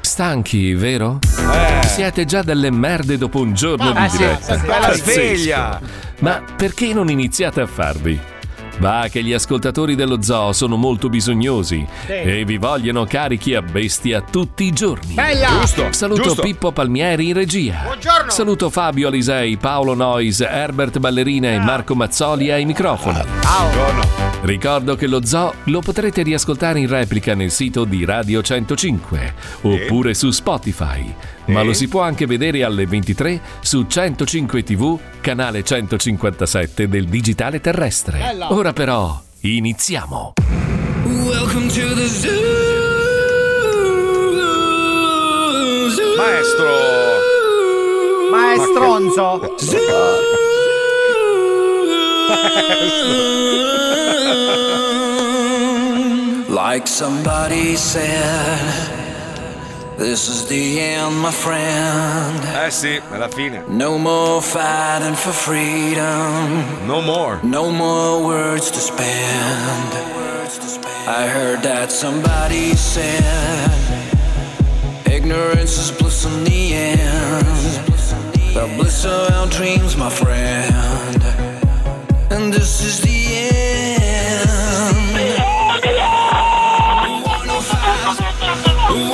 stanchi, vero? Eh, Siete già delle merde dopo un giorno Ma- di eh sì, diretta. sì, bella Pazzesco. sveglia. Ma perché non iniziate a farvi? Va che gli ascoltatori dello zoo sono molto bisognosi Sì. e vi vogliono carichi a bestia tutti i giorni. Bella! Giusto, Saluto giusto. Pippo Palmieri in regia. Buongiorno. Saluto Fabio Alisei, Paolo Nois, Herbert Ballerina Ah. e Marco Mazzoli ai microfoni. Ricordo che lo zoo lo potrete riascoltare in replica nel sito di Radio 105 oppure su Spotify, ma lo si può anche vedere alle 23 su 105 TV, canale 157 del digitale terrestre. Bella. Ora però iniziamo. Welcome to the zoo. Maestro. Maestronzo. Like somebody said, this is the end, my friend. Eh sì, alla fine. No more fighting for freedom. No more. No more words to spend. I heard that somebody said, Ignorance is bliss in the end. The bliss of our dreams, my friend. And this is the end. 105.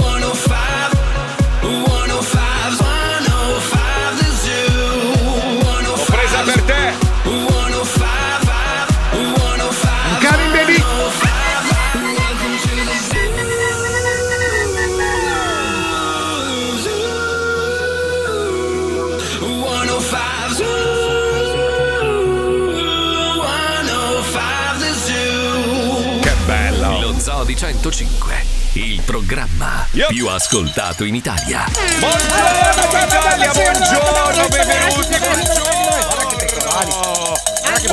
105's 105 the zoo. 105's Presa per te. 105, 105. Coming, baby. Che bello! Lo zoo di 105, il programma più ascoltato in Italia. Buongiorno Italia, buongiorno, benvenuti, buongiorno.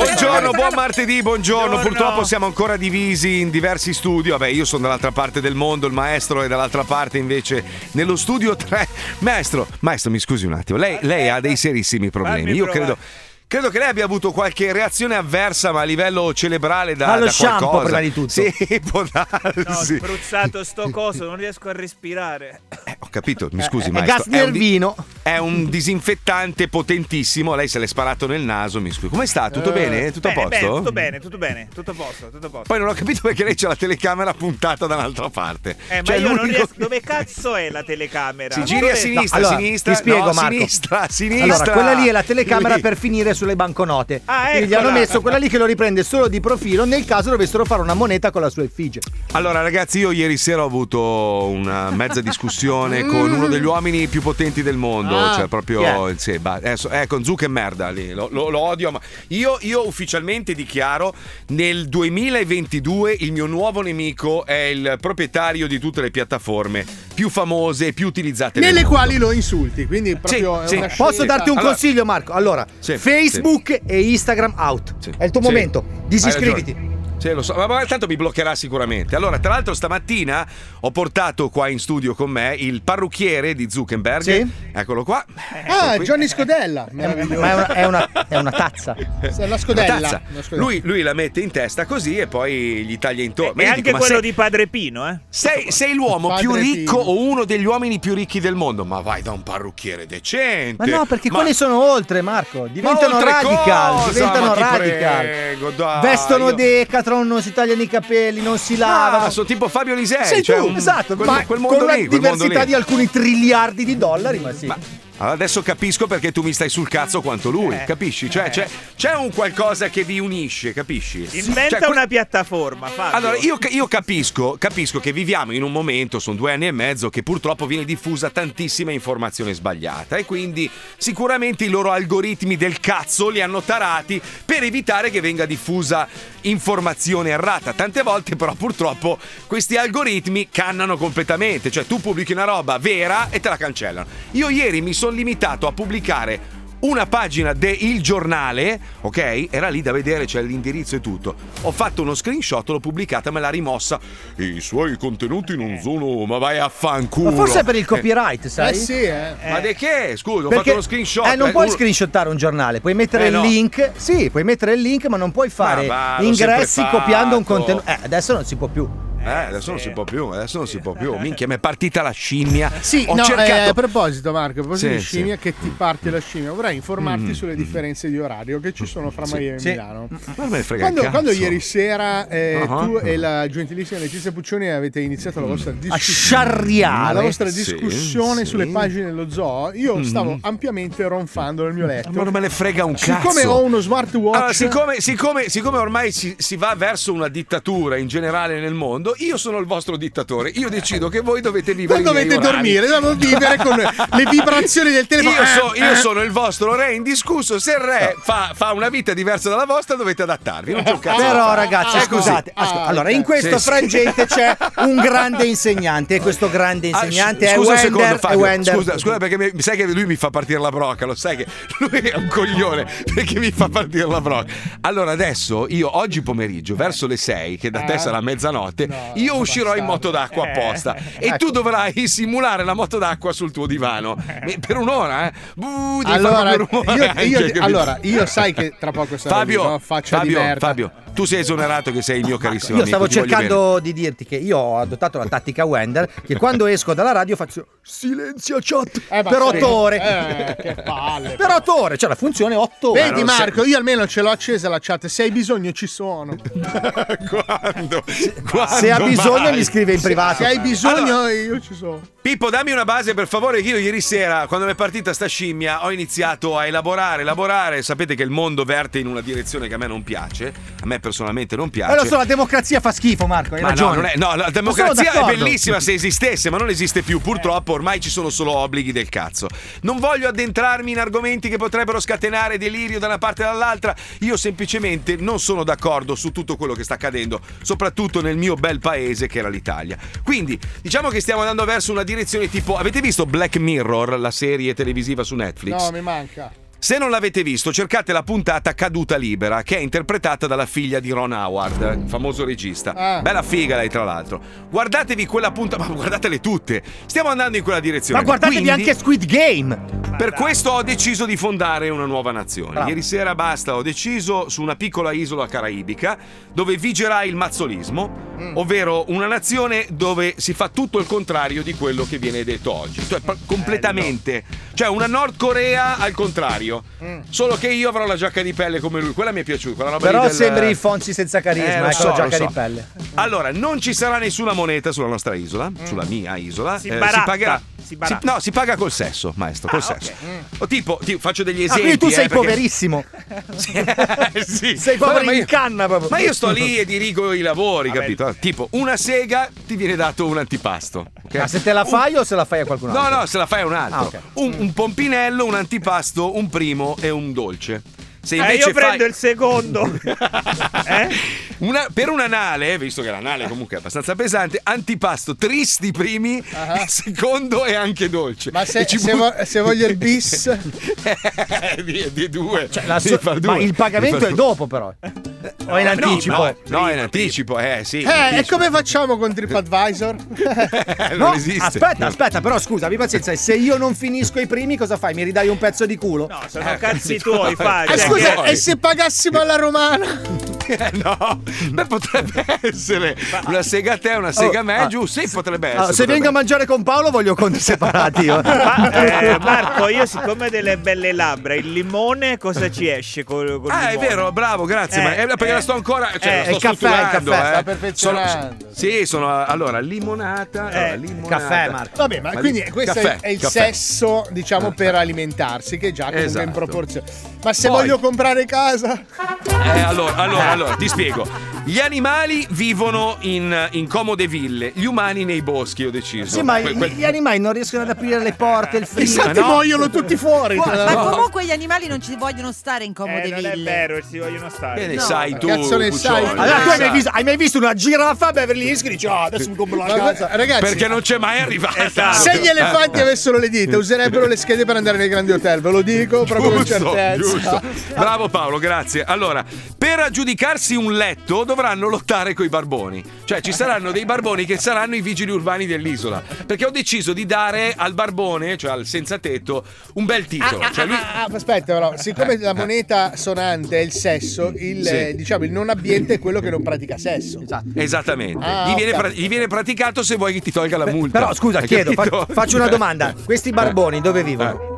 Buongiorno, buon martedì, buongiorno. Purtroppo siamo ancora divisi in diversi studi. Vabbè, io sono dall'altra parte del mondo, il maestro è dall'altra parte invece nello studio 3. Maestro, maestro, mi scusi un attimo. Lei, lei ha dei serissimi problemi. Fammi Io provare. credo Credo che lei abbia avuto qualche reazione avversa, ma a livello cerebrale da, Dallo da shampoo, qualcosa. prima di tutto. Sì, può No, ho darsi. spruzzato sto coso, non riesco a respirare. Ho capito, mi Eh, scusi, è maestro. gas nervino. Un, di- è un disinfettante potentissimo. Lei se l'è sparato nel naso. Mi scusi. Come sta? Ah, Tutto Eh, bene? Tutto a bene, posto? bene, tutto bene, tutto bene, tutto a posto, tutto a posto. Poi non ho capito perché lei c'ha la telecamera puntata da un'altra parte. Eh, ma Cioè, io non l'unico- riesco. Dove cazzo è la telecamera? Si giri Dove- a sinistra, allora, a sinistra. ti spiego, no, Marco. sinistra, a sinistra. Allora, quella lì è la telecamera Lì. per finire sulle banconote. Ah, Quindi gli eccola. hanno messo quella lì che lo riprende solo di profilo nel caso dovessero fare una moneta con la sua effigie. Allora, ragazzi, io ieri sera ho avuto una mezza discussione con uno degli uomini più potenti del mondo. Mm. Ah, cioè, chi proprio. è? sì, ba- adesso- eh, con Zucca e merda lì. Lo, lo- lo odio, ma io, io ufficialmente dichiaro: nel 2022 il mio nuovo nemico è il proprietario di tutte le piattaforme più famose e più utilizzate nel Nelle mondo. quali lo insulti, quindi proprio è sì. una Posso scelta. darti un Allora- consiglio, Marco? Allora, Sì, Facebook e Instagram out. È il tuo Sì. momento. Hai Disiscriviti. ragione. Sì, lo so, ma, ma tanto mi bloccherà sicuramente. Allora, tra l'altro, stamattina ho portato qua in studio con me il parrucchiere di Zuckerberg. Eccolo qua. Ah, Johnny Scodella, meraviglioso. Ma è una, è una- è una tazza. Sì, la scodella. Una tazza. Una scodella. Lui, lui la mette in testa così e poi gli taglia intorno. Ma E io anche dico, ma quello sei- di Padre Pino, eh? Sei, sei l'uomo Padre più ricco Pino. o uno degli uomini più ricchi del mondo? Ma vai da un parrucchiere decente. Ma no, perché Ma- quelli sono oltre, Marco. Diventano oltre radical. cosa? Ma diventano ti radical. prego, dai, Vestono io- Decathlon, non si tagliano i capelli, non si Ah, lavano. sono tipo Fabio Lisei. Sei cioè tu, un- esatto, quel, ma quel mondo con una lì, quel mondo diversità lì. di alcuni triliardi di dollari, ma sì. Allora, adesso capisco perché tu mi stai sul cazzo quanto lui, Eh, capisci? Cioè, eh. c'è, c'è un qualcosa che vi unisce, capisci? Inventa Cioè, que- una piattaforma, Fabio. Allora, io, ca- io capisco, capisco che viviamo in un momento, sono due anni e mezzo, che purtroppo viene diffusa tantissima informazione sbagliata e quindi sicuramente i loro algoritmi del cazzo li hanno tarati per evitare che venga diffusa informazione errata. Tante volte però purtroppo questi algoritmi cannano completamente, cioè tu pubblichi una roba vera e te la cancellano. Io ieri mi sono limitato a pubblicare una pagina de Il Giornale, ok? Era lì da vedere, c'è l'indirizzo e tutto. Ho fatto uno screenshot, l'ho pubblicata, me l'ha rimossa. I suoi contenuti non sono, ma vai a fanculo. Ma forse è per il copyright, sai? Eh sì, eh. Ma di che? Scusa, ho Perché- fatto uno screenshot. Eh, non puoi uno- screenshottare un giornale, puoi mettere Eh, il no. link. Sì, puoi mettere il link, ma non puoi fare va, Ah, l'ho sempre ingressi fatto. copiando un contenuto. Eh, adesso non si può più. Eh, adesso non si può più, adesso non si può più. Minchia, mi è partita la scimmia. Sì, ho no, eh, cercato. a proposito Marco, a proposito Sì, di sì. scimmia, che ti parte la scimmia, vorrei informarti Mm, sulle differenze di orario che ci sono fra Sì. Miami Sì. e Milano. Ma me ne frega il Quando, cazzo. quando ieri sera eh, Ah. Mm. tu e la gentilissima Letizia Puccioni avete iniziato la vostra discussione, sciarriare. la vostra Sì, discussione sì. Mm-hmm. sulle pagine dello zoo, io stavo ampiamente ronfando nel mio letto. Ma non me ne frega un cazzo. Siccome ho uno smartwatch, Allora, siccome, siccome- siccome ormai si, si va verso una dittatura in generale nel mondo, io sono il vostro dittatore. Io decido che voi dovete vivere. voi i miei dovete orari. dormire, dobbiamo vivere con le vibrazioni del telefono. Io, so- Eh, io eh. sono il vostro re indiscusso. Se il re fa, fa una vita diversa dalla vostra, dovete adattarvi. Eh, Non c'è un cazzo. da Eh, Però fare. Eh, ragazzi, È così. scusate, Ah, ascol- allora in questo Sì, sì. frangente c'è un grande insegnante e questo grande Ah, insegnante scu- è scusa un Wender, secondo, è Fabio, Wender. Scusa, scusa perché mi- sai che lui mi fa partire la brocca, lo sai che lui è un coglione perché mi fa partire la brocca. Allora adesso io oggi pomeriggio verso le 6 che da te sarà mezzanotte, io uscirò in moto d'acqua apposta e tu dovrai simulare la moto d'acqua sul tuo divano Mi- per un'ora, eh. Buh, devi Allora fare quel rumore io, anche, io- eh, cioè, capito? allora, io sai che tra poco sarà lì, Fabio, no? faccia Fabio, di merda. Fabio, tu sei esonerato che sei il mio carissimo Io amico, stavo ti voglio bene. cercando di dirti che io ho adottato la tattica Wender che quando esco dalla radio faccio silenzio chat Eh, ma per sì. otto ore. Eh, che palle. Per otto ore, cioè la funzione otto ore. Vedi Marco, io almeno ce l'ho accesa la chat, se hai bisogno ci sono. quando, Se ha quando bisogno mai? mi scrive in privato. Se hai bisogno Ah, Allora- io ci sono. Pippo, dammi una base per favore. che Io ieri sera, quando mi è partita sta scimmia, ho iniziato a elaborare, elaborare. Sapete che il mondo verte in una direzione che a me non piace. A me personalmente non piace. Eh, lo so, la democrazia fa schifo, Marco. Hai Ma no, ragione. non è- no, la Ma sono democrazia è d'accordo. bellissima se esistesse, ma non esiste più. Purtroppo ormai ci sono solo obblighi del cazzo. Non voglio addentrarmi in argomenti che potrebbero scatenare delirio da una parte e dall'altra. Io semplicemente non sono d'accordo su tutto quello che sta accadendo, soprattutto nel mio bel paese che era l'Italia. Quindi, diciamo che stiamo andando verso una direzione tipo. Avete visto Black Mirror, la serie televisiva su Netflix? Eh, No, mi manca. Se non l'avete visto, cercate la puntata Caduta Libera, che è interpretata dalla figlia di Ron Howard, il famoso regista. Ah. Bella figa lei, tra l'altro. Guardatevi quella puntata, ma guardatele tutte. Stiamo andando in quella direzione. Ma guardatevi Quindi, anche Squid Game. Per questo ho deciso di fondare una nuova nazione. Bravo. Ieri sera basta, ho deciso su una piccola isola caraibica dove vigerà il mazzolismo, Mm. ovvero una nazione dove si fa tutto il contrario di quello che viene detto oggi. Cioè, pro- completamente. Cioè, una Nord Corea al contrario. Mm. Solo che io avrò la giacca di pelle come lui. Quella mi è piaciuta. Quella roba lì Però del- sembri Fonzi senza Eh, carisma, lo ecco so, la lo giacca so. di pelle. Allora, non ci sarà nessuna moneta sulla nostra isola, sulla mia isola. Mm. eh, Si baratta, pagherà. si baratta. no, si paga col sesso, maestro, col Ah, ok. sesso. Mm. O tipo, ti faccio degli Ah, esempi. quindi tu sei eh, perché- Eh, poverissimo. sì. Sei Vabbè, povero ma in Ah, io- canna proprio. Ma io sto lì e dirigo i lavori, Vabbè. capito? Tipo, una sega ti viene dato un antipasto. ok? Ma se te la fai o se la fai a qualcun altro? No, no, se la fai a un altro. Ah, ok. un, un pompinello, un antipasto, un primo e un dolce. Se Eh, io invece fai- prendo il secondo. eh? Una- per un anale, visto che l'anale comunque è abbastanza pesante, antipasto tristi primi, il secondo e anche dolce. Ah. Ma se, E ci se bu- vo- se voglio il bis, di, di due. Cioè, La so- Di far due. ma il pagamento Di è far dopo però. eh. O in due. No, anticipo. No, no, in anticipo, eh sì. in eh, e anticipo. come facciamo con TripAdvisor? non No, esiste. aspetta, aspetta, però scusa, abbi pazienza, se io non finisco i primi cosa fai? Mi ridai un pezzo di culo? No, sono cazzi tuoi, fa. Eh, cioè, scusa, che- e se pagassimo alla romana? Eh, Eh, no, beh, potrebbe essere una sega a te, una sega a me, ah. giù. Sì, potrebbe Ah, essere. se potrebbe vengo a mangiare con Paolo voglio conti separati io. Ma, eh, Marco, io siccome ho delle belle labbra, il limone cosa ci esce col, col Ah, è limone? vero, bravo, grazie. Eh, ma eh, perché eh. la sto ancora. Cioè, Eh, la sto il caffè, il strutturando, caffè, eh. sta perfezionando. Sono- sì, sono. Allora, limonata. Eh, allora, limonata. Caffè, Marco. Vabbè, ma, Ma quindi di- questo è- caffè, è il caffè. sesso, diciamo, per alimentarsi, che già comunque è in Esatto. proporzione. Ma se Poi- voglio comprare casa? Eh, allora, allora, allora, ti spiego. Gli animali vivono in, in comode ville, gli umani nei boschi, ho deciso. Sì, ma Que- i- que- gli animali non riescono ad aprire le porte, il Chissà frigo. che no. muoiono tutti fuori. tra Ma l'altro. comunque gli animali non ci vogliono stare in comode Eh, non è ville. vero, ci vogliono Che stare. ne no. sai tu? Esatto. Cazzo ne sai? Puccioni? Allora tu hai Sai. mai visto, hai mai visto una giraffa a Beverly Hills che dice "Ah, adesso mi compro la Ma casa. guarda, ragazzi, Perché non c'è mai arrivata. Eh. Esatto. se gli elefanti avessero le dita, userebbero le schede per andare nei grandi hotel, ve lo dico proprio con Giusto, certezza. giusto. Bravo Paolo, grazie. Allora, per aggiudicarsi un letto dovranno lottare coi barboni. Cioè, ci saranno dei barboni che saranno i vigili urbani dell'isola. Perché ho deciso di dare al barbone, cioè al senza tetto, un bel titolo. Cioè, lui- Ah, aspetta, però, siccome Eh, la eh. moneta sonante è il sesso, il, Sì. eh, diciamo, il non abbiente è quello che non pratica sesso. Esatto. Esattamente. Ah, gli, ho viene pra- capito. gli viene praticato se vuoi che ti tolga la multa. Però scusa, Hai chiedo, fa- capito? faccio una domanda. Questi barboni dove vivono?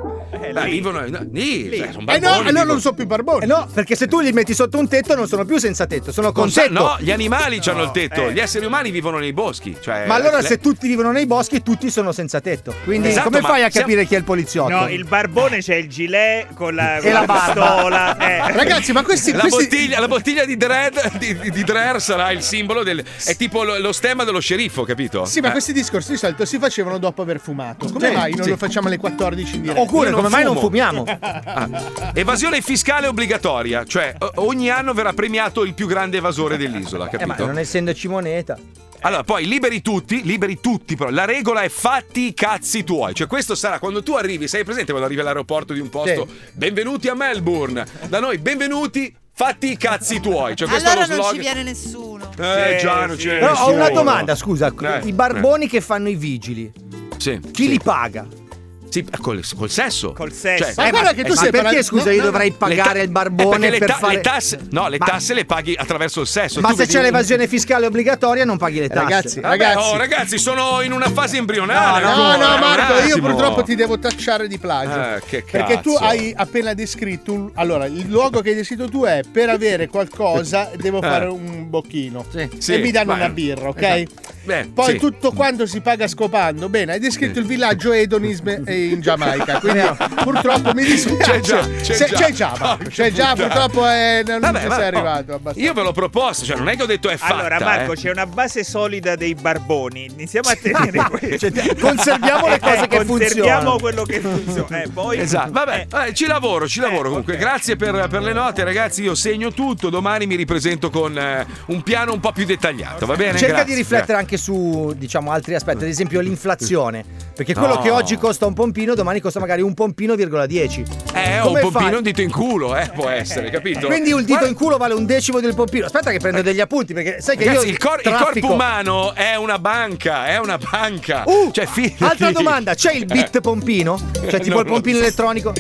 Eh, Beh, vivono no, lì, cioè, sono Eh barboni, no, allora vivono- non so più barbone. Eh no, perché se tu li metti sotto un tetto non sono più senza tetto, sono con Non sa- tetto. no, gli animali hanno il tetto, eh. gli esseri umani vivono nei boschi. Cioè, Ma allora le- se tutti vivono nei boschi tutti sono senza tetto. Quindi Esatto, come ma fai a siamo- capire chi è il poliziotto? No, il barbone c'è il gilet con la, con la la barba. pistola. eh. Ragazzi, ma questi, La questi- bottiglia, la bottiglia di, Dread, di, di- di Dreher sarà il simbolo del. È tipo lo, lo stemma dello sceriffo, capito? Sì, ma Eh, questi discorsi di solito si facevano dopo aver fumato. Come Sì, mai non sì. lo facciamo alle 14 in diretta? Io Oppure non come mai non fumo. fumiamo? ah. Evasione fiscale obbligatoria, cioè o- ogni anno verrà premiato il più grande evasore dell'isola, Eh, ma capito? non essendoci moneta. Allora, poi liberi tutti, liberi tutti, però la regola è fatti i cazzi tuoi. Cioè, questo sarà quando tu arrivi, sei presente quando arrivi all'aeroporto di un posto, benvenuti a Melbourne. Da noi, benvenuti, fatti i cazzi tuoi. Cioè, questo Allora è lo non slogan. ci viene nessuno. Eh, Sì, già, non sì. c'è Però ho nessuno. una domanda, scusa. Eh, I barboni che fanno i vigili, Sì, chi sì. li paga? Sì, col, col sesso. Col sesso. Ma eh, guarda che tu ma sei perché parla- scusa no, io no, dovrei no. le ta- pagare il barbone eh, perché le per ta- fare le tasse no le Ma- tasse le paghi attraverso il sesso Ma Tu se vedi c'è un- l'evasione fiscale obbligatoria non paghi le tasse. Ragazzi, Vabbè, ragazzi. oh, ragazzi sono in una fase embrionale No, ancora, no, Marco, un io attimo. purtroppo ti devo tacciare di plagio. Eh, che Perché tu cazzo. hai appena descritto. un- Allora, il luogo che hai descritto tu è per avere qualcosa Eh. devo fare un bocchino. Sì, e mi danno vai. una birra, ok? Esatto. Beh, Poi sì. tutto quanto si paga scopando. Bene, hai descritto il villaggio Edonisme eh, in Giamaica. Quindi purtroppo mi C'è dispiace. già, c'è Se- già. c'è già, ma- Porca c'è già, puttana. purtroppo eh, non Vabbè, ci vabbè, sei oh, arrivato abbastanza. io ve l'ho proposto cioè non è che ho detto è fatta Allora, Marco, eh. c'è una base solida dei barboni. Iniziamo a tenere eh. questo. Cioè, conserviamo le cose che funzionano. Conserviamo quello che funziona. Eh, poi- Esatto, vabbè, eh, eh, ci lavoro, ci lavoro Eh, comunque. ok. Grazie per, per le note, ragazzi. Io segno tutto. Domani mi ripresento con eh, un piano un po' più dettagliato, va bene? Cerca Grazie. Mm. di riflettere anche su, diciamo, altri aspetti, ad esempio l'inflazione. Perché quello No. che oggi costa un pompino, domani costa magari un pompino, virgola 10. Eh, ho un Come pompino fai? un dito in culo, eh, può essere, capito? Quindi un dito Guarda- in culo vale un decimo del pompino. Aspetta che prendo degli appunti, perché sai che Eh. Ragazzi, io il, cor- il traffico- corpo umano è una banca, è una banca. Uh, Cioè, Eh. fidati. altra domanda, c'è il bit pompino? Cioè tipo Non il pompino lo so. elettronico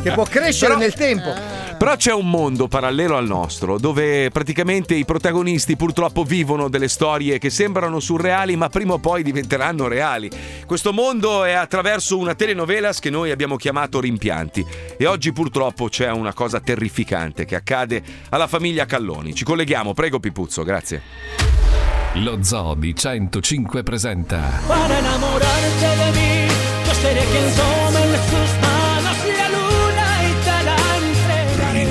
che può crescere Eh. Però- Eh. nel tempo. Però c'è un mondo parallelo al nostro dove praticamente i protagonisti purtroppo vivono delle storie che sembrano surreali ma prima o poi diventeranno reali. Questo mondo è attraverso una telenovelas che noi abbiamo chiamato Rimpianti e oggi purtroppo c'è una cosa terrificante che accade alla famiglia Calloni. Ci colleghiamo, prego Pipuzzo, grazie. Lo Zoo di 105 presenta para enamorarte de mí. Yo seré quien tome en sus manos la luna y te la entregaré.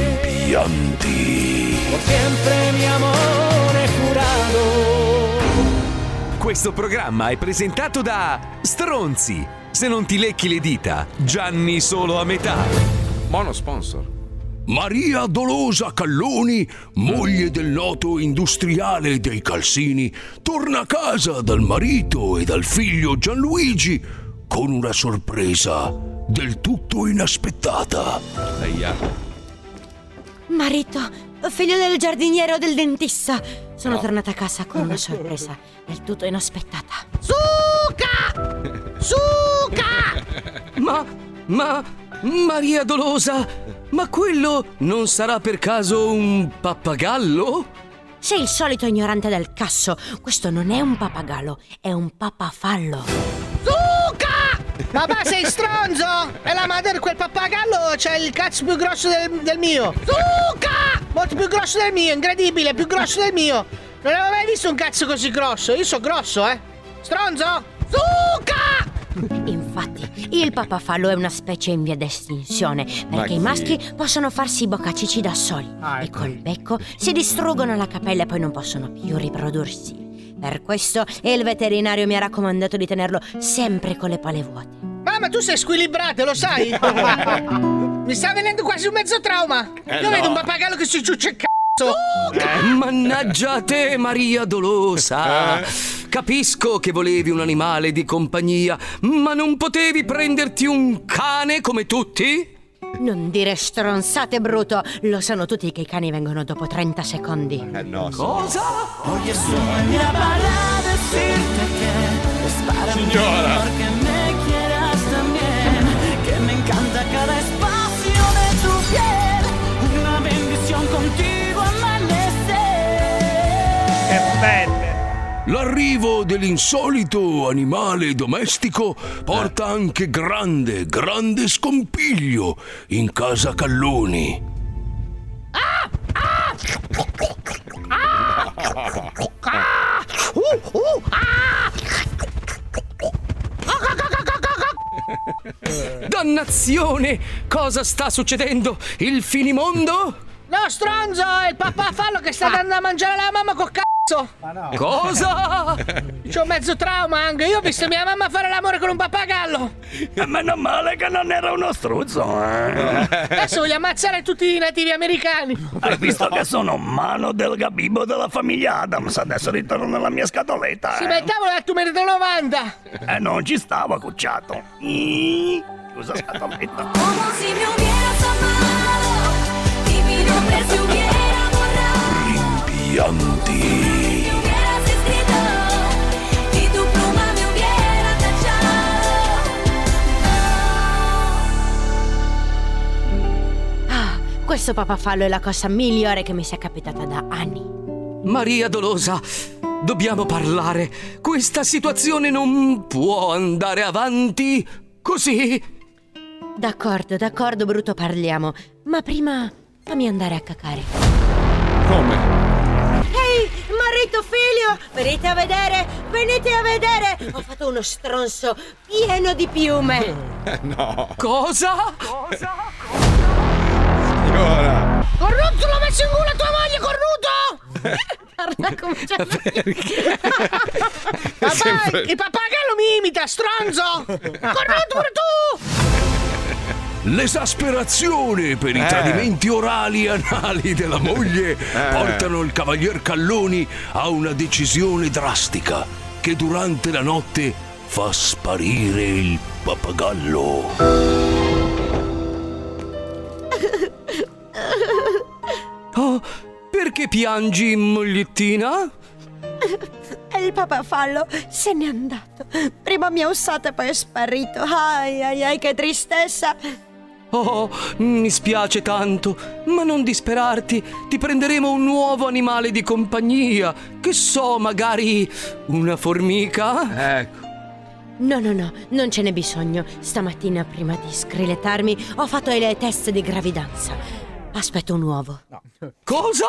Por siempre mi amor he jurado. Questo programma è presentato da Stronzi. Se non ti lecchi le dita, Gianni solo a metà. Mono sponsor. Maria Dolosa Calloni, moglie del noto industriale dei calzini, torna a casa dal marito e dal figlio Gianluigi con una sorpresa del tutto inaspettata. Eia. Marito, figlio del giardiniere o del dentista. Sono tornata a casa con una sorpresa del tutto inaspettata. Zucca! Zucca! Ma, ma, Maria Dolosa, ma quello non sarà per caso un pappagallo? Sei il solito ignorante del cazzo. Questo non è un papagallo, è un papafallo. Zucca! Papà sei stronzo! E la madre di quel pappagallo c'è il cazzo più grosso del, del mio! Zucca! Molto più grosso del mio, incredibile, più grosso del mio! Non avevo mai visto un cazzo così grosso, io sono grosso, eh! Stronzo! Zucca! Infatti, il papafallo è una specie in via di estinzione perché i chi? maschi possono farsi i boccacici da soli Ah, e ecco. col becco si distruggono la capella e poi non possono più riprodursi. Per questo il veterinario mi ha raccomandato di tenerlo sempre con le pale vuote. Mamma, tu sei squilibrata, lo sai? Mi sta venendo quasi un mezzo trauma! Eh, Io vedo un pappagallo che si ciuccia il cazzo! Mannaggia a te, Maria Dolosa! Capisco che volevi un animale di compagnia, ma non potevi prenderti un cane come tutti? Non dire stronzate, Bruto. Lo sanno tutti che i cani vengono dopo 30 secondi. Eh no. Cosa? Oggi Mira para decirte que es para Señora. mí porque me quieras también, que me encanta cada espacio de tu piel, una bendición contigo amanecer. L'arrivo dell'insolito animale domestico porta anche grande, grande scompiglio in casa Calloni. Dannazione! Cosa sta succedendo? Il finimondo? No, stronzo, è il papà fallo che sta andando a mangiare la mamma col cazzo. Ma no. Cosa? C'ho mezzo trauma anche. Io ho visto mia mamma fare l'amore con un pappagallo. Meno male che non era uno struzzo, eh. Adesso voglio ammazzare tutti i nativi americani. Hai visto che sono mano del gabibo della famiglia Adams, adesso ritorno nella mia scatoletta. Si mettavano a tu me ne do 90. E non ci stavo, cucciato. Scusa, scatoletta. Como si me hubieras amado y mi nombre se hubiera borrado, Pianti. me hubieras escrito y tu pluma me hubiera tachado. Ah, questo papafallo è la cosa migliore che mi sia capitata da anni. Maria Dolosa, dobbiamo parlare. Questa situazione non può andare avanti così. D'accordo, d'accordo, Bruto, parliamo. Ma prima fammi andare a cacare. Come? Ehi, marito, figlio, venite a vedere, venite a vedere. Ho fatto uno stronzo pieno di piume. No. Cosa? Signora. Corrutto, l'ho messo in culo a tua moglie, corrutto! Parla come c'è. Papà, Sempre- il pappagallo mi imita, stronzo! Corrutto pure tu! L'esasperazione per i Eh. tradimenti orali e anali della Eh. moglie portano il cavalier Calloni a una decisione drastica che durante la notte fa sparire il pappagallo. Oh, perché piangi, mogliettina? E il papafallo se n'è andato. Prima mi ha usato e poi è sparito. Ai ai ai, che tristezza. Oh, mi spiace tanto, ma non disperarti. Ti prenderemo un nuovo animale di compagnia. Che so, magari una formica? Ecco. No, no, no, non ce n'è bisogno. Stamattina, prima di scrilettarmi, ho fatto le test di gravidanza. Aspetto un uovo. Cosa?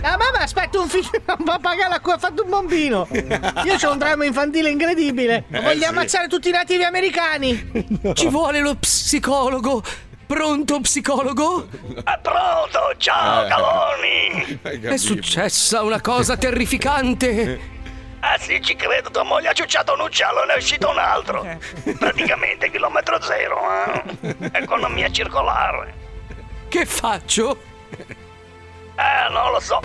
La mamma aspetta un figlio, un pappagallo a cui ha fatto un bambino. Io ho un dramma infantile incredibile. Eh, voglio sì. ammazzare tutti i nativi americani. Ci vuole lo psicologo. Pronto, psicologo? Pronto, ciao, Eh. Caloni! capito. È successa una cosa terrificante. Eh, Ah sì, ci credo, tua moglie ha ciucciato un uccello e ne è uscito un altro. Praticamente chilometro zero, eh? Economia circolare. Che faccio? Eh, non lo so.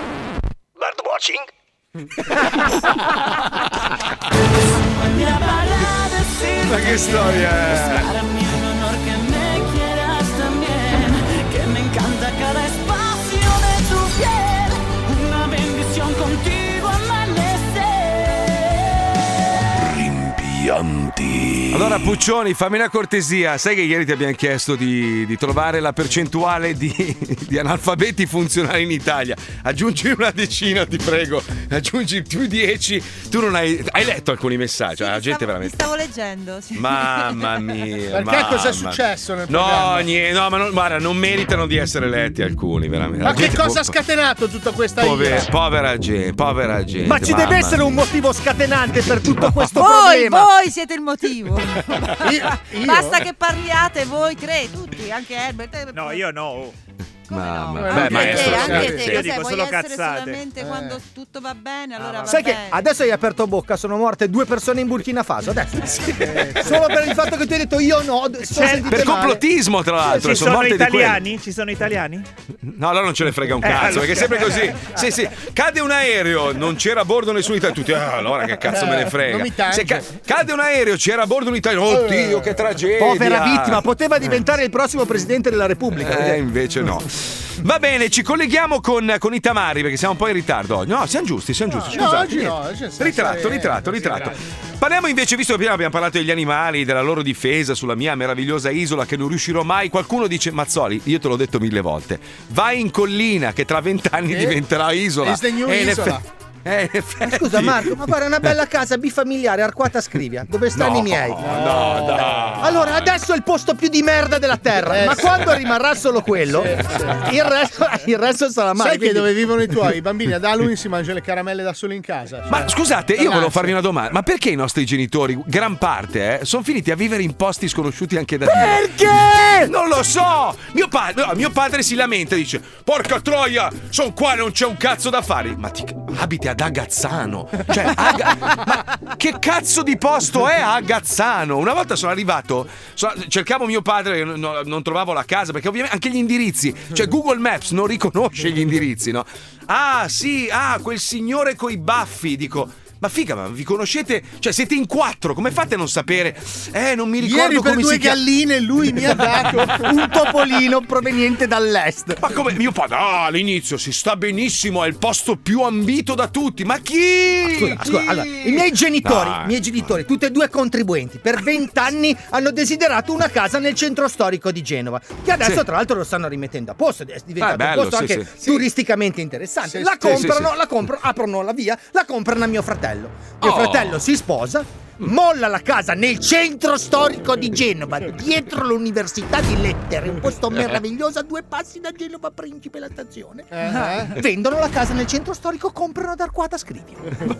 Birdwatching? Mira para decirte Ma che storia è? es para mí un honor que me quieras también, que me encanta cada espacio de tu piel, una bendición contigo amanecer. Pianti. Allora Puccioni, fammi una cortesia, sai che ieri ti abbiamo chiesto di, di trovare la percentuale di, di analfabeti funzionali in Italia. Aggiungi una decina, ti prego. Aggiungi più 10. Tu non hai. Hai letto alcuni messaggi? la gente veramente. Stavo leggendo. sì. Mamma mia. Perché mamma cosa è mia. successo nel No, programma? niente, no, ma non, guarda, non meritano di essere letti alcuni, veramente. Ma La che gente- cosa ha po- scatenato tutta questa Povera, ira? povera gente, povera gente. Ma ci deve mamma essere un mia. motivo scatenante per tutto questo Voi, problema. voi siete il motivo. Basta che parliate voi tre, tutti, anche Herbert. eh, No, io no. Mamma. Anche Beh, maestro, te, anche sì, te, sì. cos'è? Vuoi essere Eh. solamente quando tutto va Ah, bene, allora va Sai che bene. adesso hai aperto bocca, sono morte due persone in Burkina Faso. Adesso. Solo per il fatto che tu hai detto io no. d- sono C'è- sentite Per male. complottismo, tra l'altro. Ci sono morte di quelli. italiani? Ci sono italiani? No, allora non ce ne frega un Eh, cazzo, allora- perché è sempre così. Sì, sì. Cade un aereo, non c'era a bordo nessun italiano. Tutti, ah, allora che cazzo me ne Eh, Non frega. mi tange. Eh. Se ca- cade un aereo, c'era a bordo un italiano. Oddio, che tragedia. Povera vittima, poteva diventare il prossimo presidente della Repubblica. Eh, invece no. Va bene, ci colleghiamo con, con i tamari perché siamo un po' in ritardo oggi. No, siamo giusti, siamo giusti. No, scusate. oggi no, Niente. oggi siamo Ritratto, sereni, ritratto, ritratto. Parliamo invece, visto che prima abbiamo parlato degli animali, della loro difesa sulla mia meravigliosa isola che non riuscirò mai. Qualcuno dice: Mazzoli, io te l'ho detto mille volte, vai in collina che tra vent'anni Eh? diventerà isola. Is the new E in isola. effetti- eh, in effetti- Scusa Marco, ma guarda una bella casa bifamiliare arcuata a scrivia, dove stanno i miei. No, dai. Allora, adesso è il posto più di merda della terra, Eh, ma sì. quando rimarrà solo quello, il resto, il resto sarà male. Sai che quindi- dove vivono i tuoi? I bambini ad Halloween si mangiano le caramelle da soli in casa. Ma scusate, io volevo farvi una domanda: ma perché i nostri genitori, gran parte, eh, sono finiti a vivere in posti sconosciuti anche da Dio? Perché? Non lo so! Mio, pa- no, mio padre si lamenta e dice: Porca troia, sono qua, non c'è un cazzo da fare. Ma ti abiti ad Agazzano. Cioè, Aga- ma che cazzo di posto è Agazzano? Una volta sono arrivato, so- cercavo mio padre, no- no- non trovavo la casa, perché ovviamente anche gli indirizzi, cioè Google Maps non riconosce gli indirizzi, no? Ah, sì, ah, quel signore coi baffi, dico. Ma figa, ma vi conoscete? Cioè, siete in quattro, come fate a non sapere? Eh, non mi ricordo Ieri per come due si chiama. galline lui mi ha dato un topolino proveniente dall'est. Ma come mio padre? Ah, all'inizio si sta benissimo, è il posto più ambito da tutti. Ma chi? Scusa, scusa, Chi? allora, i miei genitori, Dai. i miei genitori, tutti e due contribuenti, per vent'anni hanno desiderato una casa nel centro storico di Genova, che adesso Sì. tra l'altro lo stanno rimettendo a posto, è diventato Ah, bello, un posto sì, anche sì. turisticamente interessante. Sì, la sì, comprano, sì, sì. la comprano, aprono la via, la comprano a mio fratello. Mio Oh. Mm. fratello si sposa, molla la casa nel centro storico di Genova, dietro l'università di lettere, un posto meraviglioso a Oh, due passi da Genova Principe la stazione. Eh. Vendono la casa nel centro storico, comprano ad Arquata Scrivia. Campagna.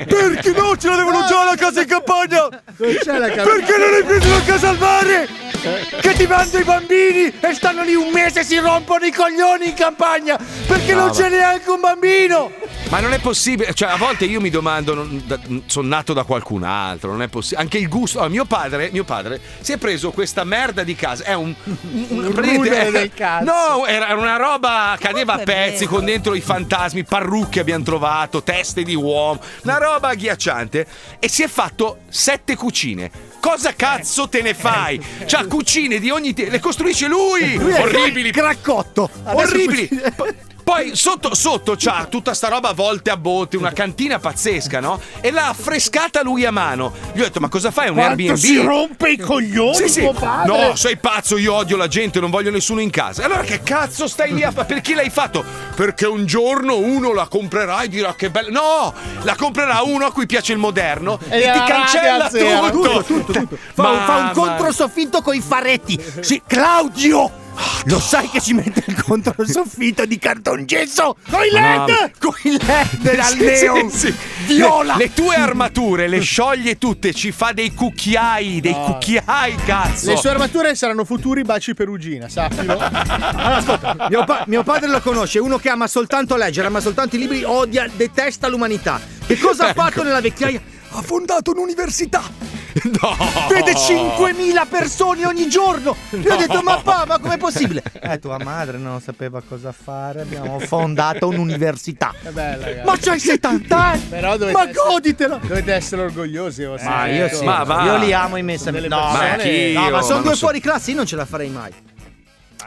Perché no? Ce l'avevano già la casa in campagna! c'è la campagna? Perché non hai preso la casa al mare? Eh, Che ti mando i bambini e stanno lì un mese e si rompono i coglioni in campagna! Perché No, non c'è vabbè. neanche un bambino! Ma non è possibile, cioè a volte io mi domando, non- da- sono nato da qualcun altro, non è possibile. Anche il gusto, ah, mio padre, mio padre si è preso questa merda di casa, è un... un, Un praticamente- rudere eh, del cazzo. No, era era una roba, cadeva a Comunque è pezzi vero. con dentro i fantasmi, parrucche abbiamo trovato, teste di uomo, una roba agghiacciante e si è fatto sette cucine. Eh, Cosa cazzo te ne fai? C'ha cucine di ogni tipo, le costruisce lui! Lui è Orribili! Craccotto! orribili. P- Poi sotto, sotto c'ha tutta sta roba a volte a botte, una cantina pazzesca, no? E l'ha affrescata lui a mano. Gli ho detto, ma cosa fai? Un Quanto Airbnb? si rompe i coglioni, Sì, sì. tuo padre. No, sei pazzo, io odio la gente, non voglio nessuno in casa. Eh. Allora che cazzo stai lì a fare? Perché l'hai fatto? Perché un giorno uno la comprerà e dirà che bello. No! La comprerà uno a cui piace il moderno e, ti la cancella rabbia zero. tutto. Tutto, Fa, un- fa un controsoffitto con i faretti. Sì, Claudio! Lo sai che ci mette il controsoffitto di cartongesso? Con i Ma LED! Con i LED dal Sì, sì, neon! sì. Viola! Le, le tue armature le scioglie tutte, ci fa dei cucchiai, dei cucchiai, cazzo! Le sue armature saranno futuri baci perugina, sappilo. Allora, ascolta, mio, pa- mio padre lo conosce, uno che ama soltanto leggere, ama soltanto i libri, odia, detesta l'umanità. Che cosa ha fatto nella vecchiaia? Ha fondato un'università! No! Vede 5.000 persone ogni giorno! Io ho detto, No. ma papà, ma com'è possibile? Eh, tua madre non sapeva cosa fare, abbiamo fondato un'università. È bella, ragazzi. Ma c'hai 70 anni! Però dovete ma essere- goditela! Dovete essere orgogliosi. oh, vostri Ma io genitori. sì, io li amo i Sono messaggi. delle No, persone- anch'io, no, ma ma sono non due so- fuori classe, io non ce la farei mai.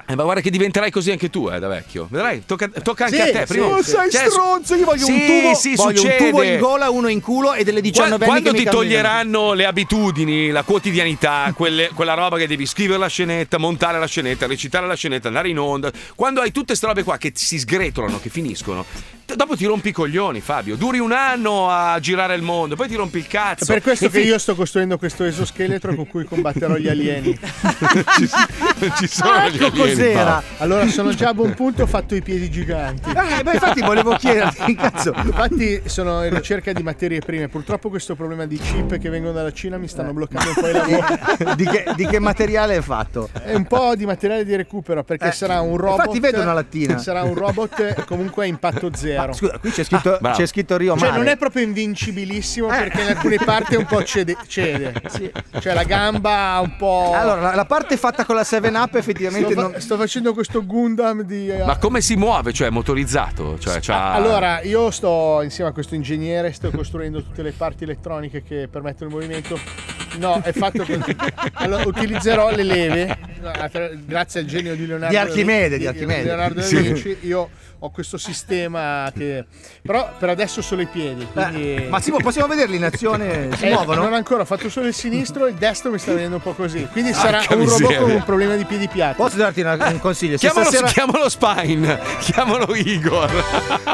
Eh, ma guarda che diventerai così anche tu, eh, da vecchio. Vedrai, tocca, tocca anche Sì, a te. sì, prima. sì. sei Cioè, stronzo, io voglio un sì, tubo, sì, voglio succede. un tubo in gola, uno in culo e delle 19 anni quando che ti mi camminano. toglieranno le abitudini, la quotidianità, quelle- quella roba che devi scrivere la scenetta, montare la scenetta, recitare la scenetta, andare in onda, quando hai tutte queste robe qua che si sgretolano, che finiscono, t- dopo ti rompi i coglioni, Fabio. Duri un anno a girare il mondo, poi ti rompi il È cazzo. per questo E che fi- io sto costruendo questo esoscheletro con cui combatterò gli alieni. ci sono gli alieni, Paolo. Ah, ecco Allora sono già a buon punto, ho fatto i piedi giganti. Eh, ma infatti volevo chiederti, cazzo. Infatti sono in ricerca di materie prime. Purtroppo questo problema di chip che vengono dalla Cina mi Eh. stanno bloccando un po' i lavori. di, che, di che materiale è fatto? È un po' di materiale di recupero perché Eh, sarà un infatti robot. vedo una lattina. Sarà un robot Eh, comunque a impatto zero. Ah, scusa, qui c'è scritto- bravo. c'è scritto Rio Cioè, Mare. non è proprio invincibilissimo Eh. perché in alcune parti un po' cede. cede. Cioè, la gamba un po'. Allora, la, la parte fatta con la 7-Up effettivamente Sto, fa- non... sto facendo questo Gundam di. eh, Ma come si muove? Cioè, è motorizzato? Cioè, c'ha- Allora, io sto insieme a questo ingegnere, sto costruendo tutte le parti elettroniche che permettono il movimento. No, è fatto con... Allora, utilizzerò le leve, ah, grazie al genio di Leonardo Di Archimede, di Archimede. Leonardo da Sì. Vinci, io ho questo sistema che... Però per adesso solo i piedi, quindi... Eh, ma si può- possiamo vederli in azione? Si Eh, muovono? Non ancora, ho fatto solo il sinistro, il destro mi sta venendo un po' così. Quindi sarà Porca un robot miseria. con un problema di piedi piatti. Posso darti una- un consiglio? Se Chiamalo, stasera- chiamalo Spine, chiamalo Igor.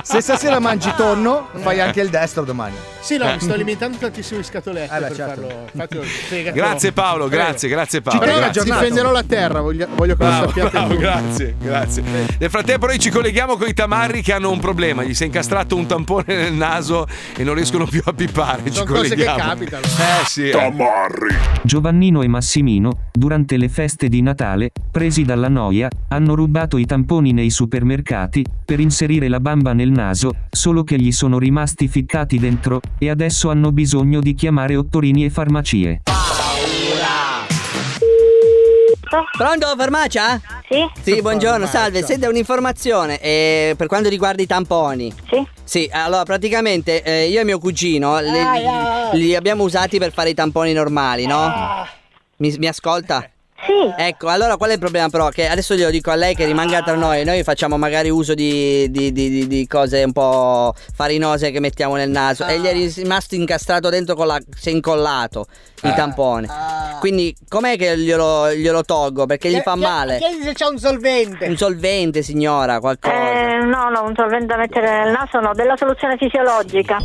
Se stasera mangi tonno, fai Eh. anche il destro domani. Sì, no, Eh. mi sto alimentando tantissimo di scatolette per certo. farlo. Infatti, ho- fegatelo. Grazie Paolo, Prego. grazie, grazie Paolo. Però grazie. difenderò la terra, voglio, voglio che lo Bravo, sappiate. bravo, tutti. grazie, grazie. Nel frattempo noi ci colleghiamo con i tamarri che hanno un problema, gli si è incastrato un tampone nel naso e non riescono più a pipare. Ci Sono cose che colleghiamo. capitano. Eh sì. eh. Giovannino e Massimino, durante le feste di Natale, presi dalla noia, hanno rubato i tamponi nei supermercati, per inserire la bamba nel naso, solo che gli sono rimasti ficcati dentro, e adesso hanno bisogno di chiamare ottorini e farmacie. Pronto, farmacia? Sì. Sì, buongiorno, salve. Senta un'informazione eh, per quanto riguarda i tamponi. Sì. Sì, allora praticamente eh, io e mio cugino li, li abbiamo usati per fare i tamponi normali, no? Mi, mi ascolta? Sì. Ecco, allora qual è il problema però? Che adesso glielo dico a lei che rimanga tra noi, noi facciamo magari uso di, di- di- di- di cose un po' farinose che mettiamo nel naso e gli è rimasto incastrato dentro con la... si è incollato il tampone. Quindi com'è che glielo, glielo tolgo? Perché Eh, gli fa Chiedi- male. Chiedi se c'è un solvente. Un solvente, signora, qualcosa. Eh, no, no, un solvente da mettere nel naso, no, della soluzione fisiologica.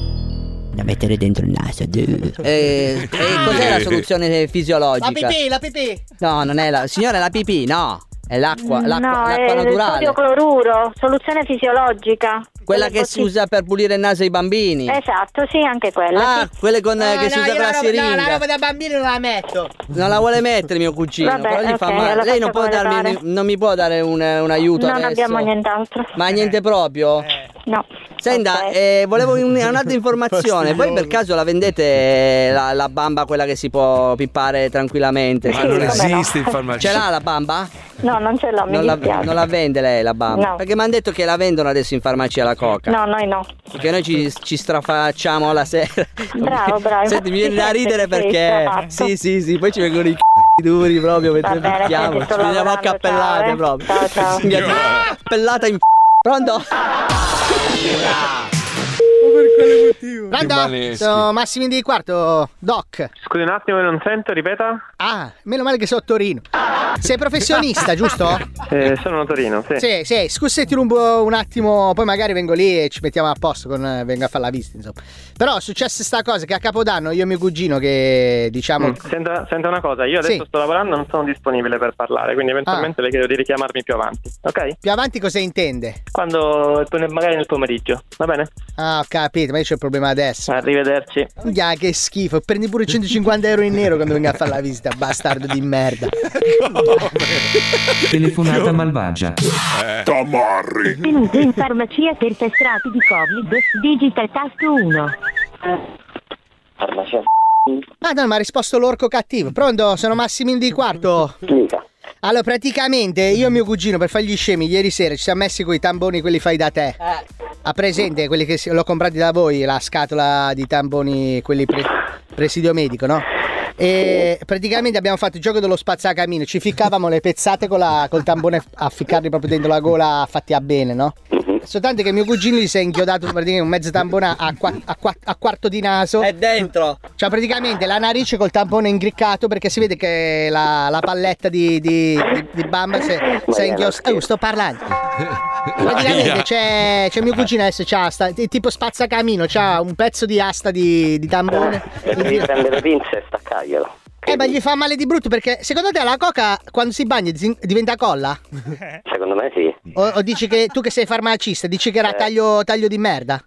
Da mettere dentro il naso. Eh, eh, cos'è la soluzione La fisiologica? pipì, la pipì. No, non è la. Signora, è la pipì, no. È l'acqua, l'acqua, no, l'acqua è naturale. sodio cloruro, soluzione fisiologica. Quella che si si usa per pulire il naso ai bambini. Eh, Esatto, sì, anche quella. Ah, quelle con, eh, No, che no, si usa io la per la roba- no, siringa. la roba da bambino non la metto. Non la vuole mettere mio cugino, Vabbè, però gli fa ok, male. la Lei faccio non, può come darmi, pare. non mi può dare un, un aiuto Non adesso? abbiamo nient'altro. Ma niente proprio? Eh. No. Senta, eh, volevo un- un'altra informazione. Voi per caso la vendete eh, la, la bamba, quella che si può pippare tranquillamente? Ma non esiste in farmacia. Ce l'ha la bamba? No, non ce l'ho, mi Non la, dispiace. non la vende lei la bamba? No. Perché mi hanno detto che la vendono adesso in farmacia la coca. No, noi no. Perché noi ci, ci strafacciamo la sera. Bravo, bravo. Senti, mi viene da Infatti, ridere sì, perché. strafatto. Sì, sì, sì, poi ci vengono i c***i duri proprio mentre bene, picchiamo. senti, Ci sto veniamo lavorando, accappellate ciao, eh. proprio. Ciao, ciao. Mi ha- Signora. Accappellata in c***o. Pronto? Pronto? maneschi. Sono Massimo di quarto, Doc. Scusi un attimo, non sento, ripeta. Ah, meno male che sono a Torino. Sei professionista, giusto? Eh, sono a Torino, sì. Sì, sì, scusa se ti rubo un attimo, poi magari vengo lì e ci mettiamo a posto, con, eh, vengo a fare la vista, insomma. Però è successa sta cosa che a Capodanno io e mio cugino che diciamo... Mm, Senta, senta una cosa, io adesso Sì. sto lavorando, non sono disponibile per parlare, quindi eventualmente le chiedo di richiamarmi più avanti, ok? Più avanti cosa intende? Quando, magari nel pomeriggio, va bene? Ah, ho capito, ma io c'ho il problema adesso. Arrivederci. Ya, che schifo, prendi pure 150 euro in nero quando vengo a fare la visita, bastardo di merda. Telefonata malvagia. Tamarri. Benvenuto in farmacia per testati di Covid, digita tasto 1. Ah no, mi ha risposto l'orco cattivo. Pronto, sono Massimino di quarto. Allora, praticamente io e mio cugino per fargli scemi ieri sera ci siamo messi coi tamboni quelli fai da te. Ha presente quelli che si- l'ho comprati da voi, la scatola di tamboni, quelli pre- presidio medico, no? E praticamente abbiamo fatto il gioco dello spazzacamino, ci ficcavamo le pezzate con la- col tampone a ficcarli proprio dentro la gola fatti a bene, no? Soltanto che mio cugino gli si è inchiodato praticamente un mezzo tampone a, qua- a qua- a quarto di naso. È dentro. Cioè, praticamente la narice col tampone ingriccato perché si vede che la, la palletta di, di, di- di bamba si è- si è inchiostata. sto Oh, parlando. Praticamente c'è, c'è mio cugino adesso, c'ha sta- è tipo spazzacamino, c'ha un pezzo di asta di, di tambone. E Eh, devi prendere le pinze e staccarglielo. Eh, ma gli fa male di brutto perché secondo te la coca quando si bagna zin- diventa colla? Secondo me sì. O, o dici che tu che sei farmacista, dici che era Eh. taglio, taglio di merda?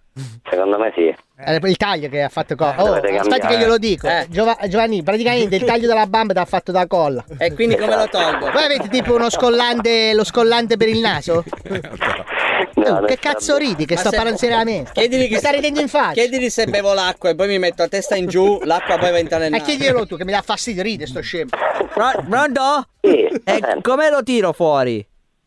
Secondo me sì. Era Eh. il taglio che ha fatto colla. Oh, Eh, dovete aspetta cambiare. che glielo dico. Giova- Giovanni, praticamente il taglio della bamba ti ha fatto da colla. E quindi come lo tolgo? Voi avete tipo uno scollante, lo scollante per il naso? Oh, No, che cazzo ridi? Che Ma sto se- parlando seriamente. Chiedili Mi che sta ridendo in faccia. Chiedili se bevo l'acqua e poi mi metto a testa in giù, l'acqua poi va in nel E naso. chiediglielo tu che mi dà fastidio, ride sto scemo. Mm. Pro- Pronto? E come lo tiro fuori?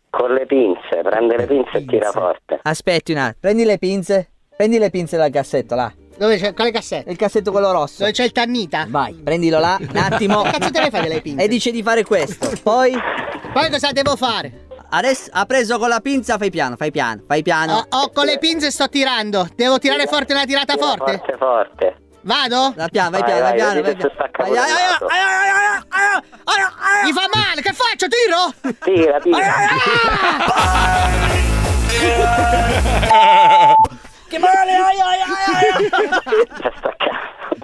Con le pinze, prende le pinze e tira forte. Aspetti un attimo, prendi le pinze, prendi le pinze dal cassetto là. Dove c'è? Quale cassetto? Il cassetto quello rosso. Dove c'è il tannita? Vai, prendilo là, un attimo. Che cazzo te ne fai delle pinze? E dice di fare questo. Poi. Poi cosa devo fare? Adesso ha preso con la pinza, fai piano, fai piano, fai piano. Ho con le pinze sto tirando. Devo tirare forte una tirata forte? Forte, forte. Vado? Vai piano, vai piano, vai piano, vai piano. Ai, ai, ai, ai, ai, ai, ai, ai, ai, ai. Mi fa male, che faccio? Tiro? Tira, tira. Che male, ai, ai, ai, ai.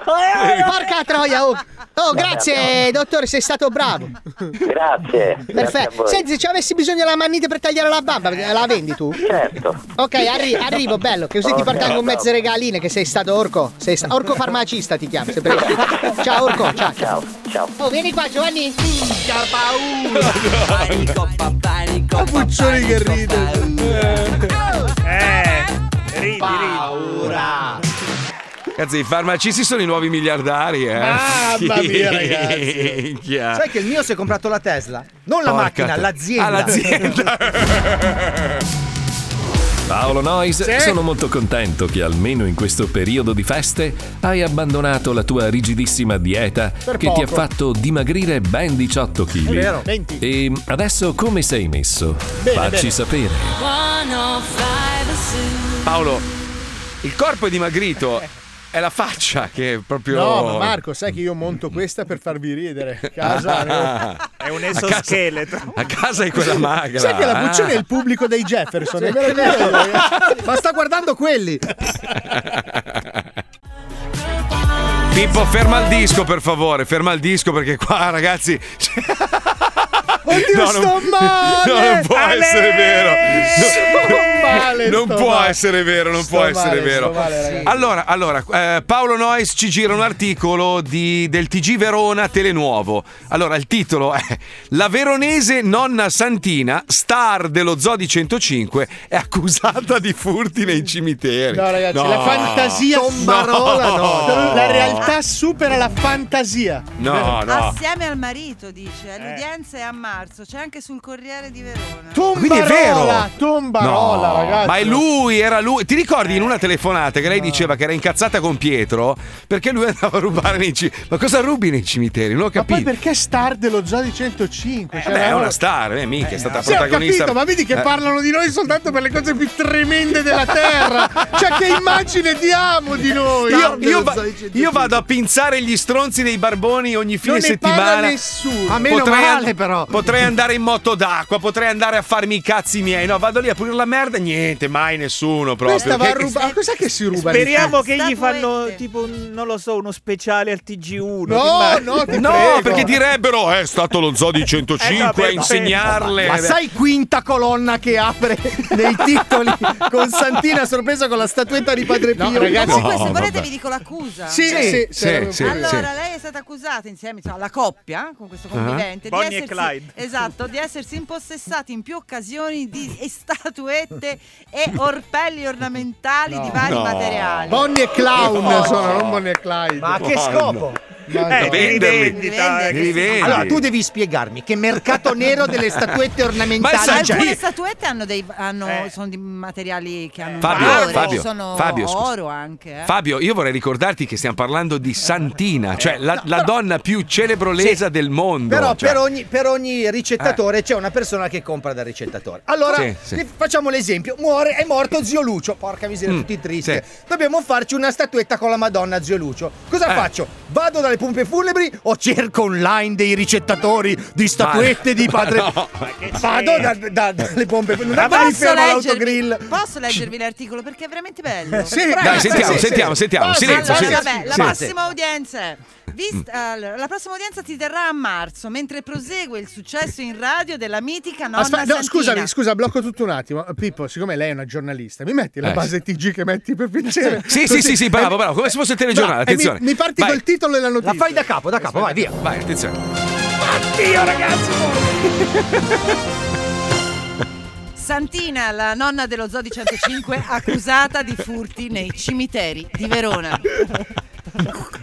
Porca troia, oh. Oh, grazie, dottore, sei stato bravo. Grazie. Grazie a Perfetto. voi. Senti, se ci avessi bisogno della mannite per tagliare la bamba, la vendi tu? Certo. Oh, Ok, arri- arrivo, bello, che così ti Ok, porto anche un ciao. mezzo regalino che sei stato orco. Sei sta- orco farmacista ti chiamo, se prego. Ciao orco, ciao. Ciao, ciao. Oh, vieni qua Giovanni. Minchia paura. Panico, pa- panico. Ma Puccioni che ride. Eh, ridi, Paura. Cazzo, i farmacisti sono i nuovi miliardari, eh. Ah, Mamma mia, ragazzi. Minchia. Sai che il mio si è comprato la Tesla? Non la Eh. Porca macchina, te- l'azienda. Ah, l'azienda. Paolo Nois, Sì. sono molto contento che almeno in questo periodo di feste hai abbandonato la tua rigidissima dieta Per che ti ha poco. fatto dimagrire ben 18 kg. È vero. 20. E adesso come sei messo? Bene, Facci bene. sapere. Paolo, il corpo è dimagrito, è la faccia che è proprio. No, ma Marco, sai che io monto questa per farvi ridere. A Casa. Ah. È un esoscheletro. A casa è quella magra. Sai che la Puccioni cuccione è il pubblico dei Jefferson, è eh. Sì. vero che- Ma sta guardando quelli. Pippo, ferma il disco, per favore. Ferma il disco, perché qua, ragazzi. Oddio, No, sto non- male! no, non può essere vero. No, Sto male, non sto può male. essere vero, non Sto può essere male, vero. sto male, ragazzi. allora, allora eh, Paolo Nois ci gira un articolo di- del TG Verona Telenuovo. Allora, il titolo è La veronese nonna Santina, star dello Zoo di 105, è accusata di furti nei cimiteri. No, ragazzi, la fantasia Tombarola, no. La realtà supera la fantasia. No, no. Assieme al marito, dice. eh, L'udienza è a marzo, c'è anche sul Corriere di Verona. Quindi è vero. Tombarola, No, ragazzi. Eh. Ma è lui, era lui. Ti ricordi in una telefonata che lei diceva che era incazzata con Pietro perché lui andava a rubare nei cimiteri? Ma cosa rubi nei cimiteri? Non ho Ma poi capito. perché star dello zoo di 105? Cioè, Beh, è no? una star, eh, mica, è stata Sì, ho protagonista. capito, ma vedi che Eh, parlano di noi soltanto per le cose più tremende della terra. Cioè, che immagine diamo di noi? Io, io va- io vado a pinzare gli stronzi dei barboni ogni fine Non ne settimana. parla nessuno. A meno male, però. Potrei andare in moto d'acqua, potrei andare a farmi i cazzi miei. No, vado lì a pulire la merda, niente, mai nessuno proprio. Questa va a Che- rubare. Ma Cos'è che si ruba? lì? Speriamo che gli fanno tipo, un- non lo so, uno speciale al TG1. No, ti immagini? no, ti No, perché direbbero eh, è stato lo zoo di 105 a insegnarle. eh, Ma sai quinta colonna che apre nei titoli con Santina sorpresa con la statuetta di Padre Pio? No, ragazzi- Comunque, se No, volete, vabbè. vi dico l'accusa. Sì, sì, sì, sì, allora, sì, sì. lei è stata accusata insieme cioè, alla coppia con questo Ah. convivente Bonnie di e essersi, Clyde. esatto, di essersi impossessati in più occasioni di e statuette e orpelli ornamentali di vari No. materiali. Bonnie e Clown No. sono, non Bonnie e Clyde. Ma a che scopo? Eh, Ma no. Allora, tu devi spiegarmi che mercato nero delle statuette ornamentali c'è. Alcune statuette hanno dei hanno, Eh. sono di materiali che hanno Fabio, valore, Fabio, sono Fabio, scusa. oro anche. eh. Fabio, io vorrei ricordarti che stiamo parlando di Santina, cioè la, la donna più celebrolesa del mondo. Però cioè. Eh. per, ogni, per ogni ricettatore c'è una persona che compra dal ricettatore. Allora, Sì, sì. ne- facciamo l'esempio. Muore, è morto zio Lucio. Porca miseria, Mm, tutti tristi. Dobbiamo farci una statuetta con la Madonna zio Lucio. Cosa Eh. faccio? Vado dalle pompe funebri o cerco online dei ricettatori di statuette di padre... Ma no, ma che Vado c'è? dalle da, dalle pompe funebri, Ma non è che mi posso fermo leggervi? all'autogrill. Posso leggervi l'articolo perché è veramente bello? Sì, Prego. dai, sentiamo, sentiamo, sentiamo. Posso? Silenzio, Allora, silenzio, Mm. vabbè, la silenzio. prossima udienza è- vist- allora, la prossima udienza ti terrà a marzo mentre prosegue il successo in radio della Ah, mitica nonna Aspe- no, Santina. scusami, scusa, blocco tutto un attimo. Pippo, siccome lei è una giornalista, mi metti la Eh, base TG che metti per piacere? Sì, sì, Così- sì, sì, bravo, bravo, come se fosse il telegiornale, Bravo, e mi- attenzione. Mi, parti Vai. col titolo della notizia. La fai da capo, da capo, vai, via. Vai, attenzione. Dio ragazzi! Santina, la nonna dello zoo di 105, accusata di furti nei cimiteri di Verona.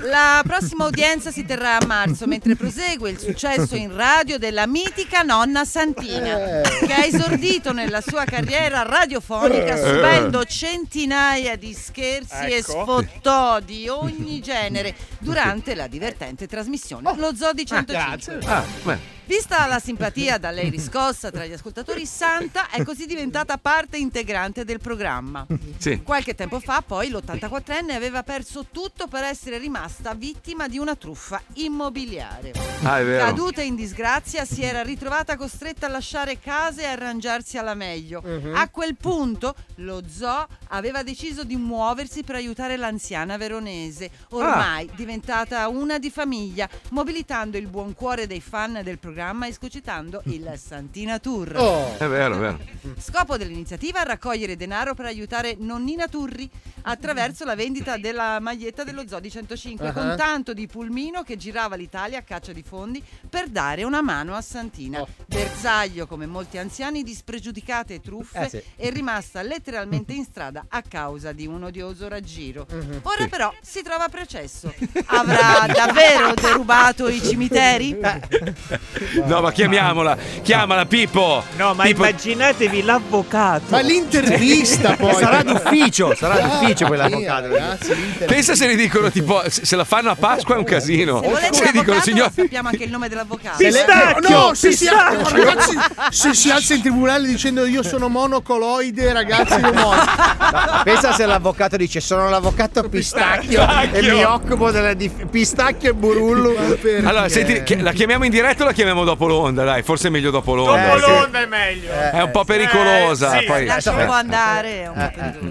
La prossima udienza si terrà a marzo mentre prosegue il successo in radio della mitica nonna Santina, che ha esordito nella sua carriera radiofonica Eh. subendo centinaia di scherzi e Ecco. sfottò di ogni genere durante la divertente trasmissione Lo Zoo di 105. Ah, beh. Vista la simpatia da lei riscossa tra gli ascoltatori, Santa è così diventata parte integrante del programma. Sì. Qualche tempo fa poi l'84enne aveva perso tutto per essere rimasta vittima di una truffa immobiliare. Ah, è vero. Caduta in disgrazia, si era ritrovata costretta a lasciare casa e arrangiarsi alla meglio. Mhm. A quel punto lo zoo aveva deciso di muoversi per aiutare l'anziana veronese, Ah. ormai diventata una di famiglia, mobilitando il buon cuore dei fan del programma e scocitando Mm. il Santina Tour. Oh. Oh. È vero, è vero. Scopo dell'iniziativa è raccogliere denaro per aiutare nonnina Turri attraverso la vendita della maglietta dello zoo di 105 Ah. con tanto di pulmino che girava l'Italia a caccia di fondi per dare una mano a Santina. Oh. Bersaglio, come molti anziani, di spregiudicate truffe Eh, sì. è rimasta letteralmente in strada a causa di un odioso raggiro. Ora Mm-hmm. Sì. però si trova a processo. Avrà davvero derubato i cimiteri? Eh, No, ma chiamiamola, chiamala Pippo. No, ma Pippo- immaginatevi l'avvocato. Cioè, Ma l'intervista Sì. poi. Sarà d'ufficio, sarà d'ufficio quell'avvocato. quell'avvocato. Ragazzi, l'intervista. Pensa se ne dicono tipo se se la fanno a Pasqua è un casino. Se volete Se dicono l'avvocato, signor sappiamo anche il nome dell'avvocato. Se lei- no, se si, Pistacchio! ragazzi, se si alza in tribunale dicendo io sono monocoloide, ragazzi, io muoio. Pensa se l'avvocato dice sono l'avvocato pistacchio, Pistacchio. e mi occupo della dif- pistacchio e burullo. Allora, senti, chi- la chiamiamo in diretta o la chiamiamo dopo l'onda? Dai, forse è meglio dopo l'onda. Dopo Eh, sì. l'onda è meglio. È un po' pericolosa. poi- Eh, Lascia un po' andare. è un po' Eh, mm.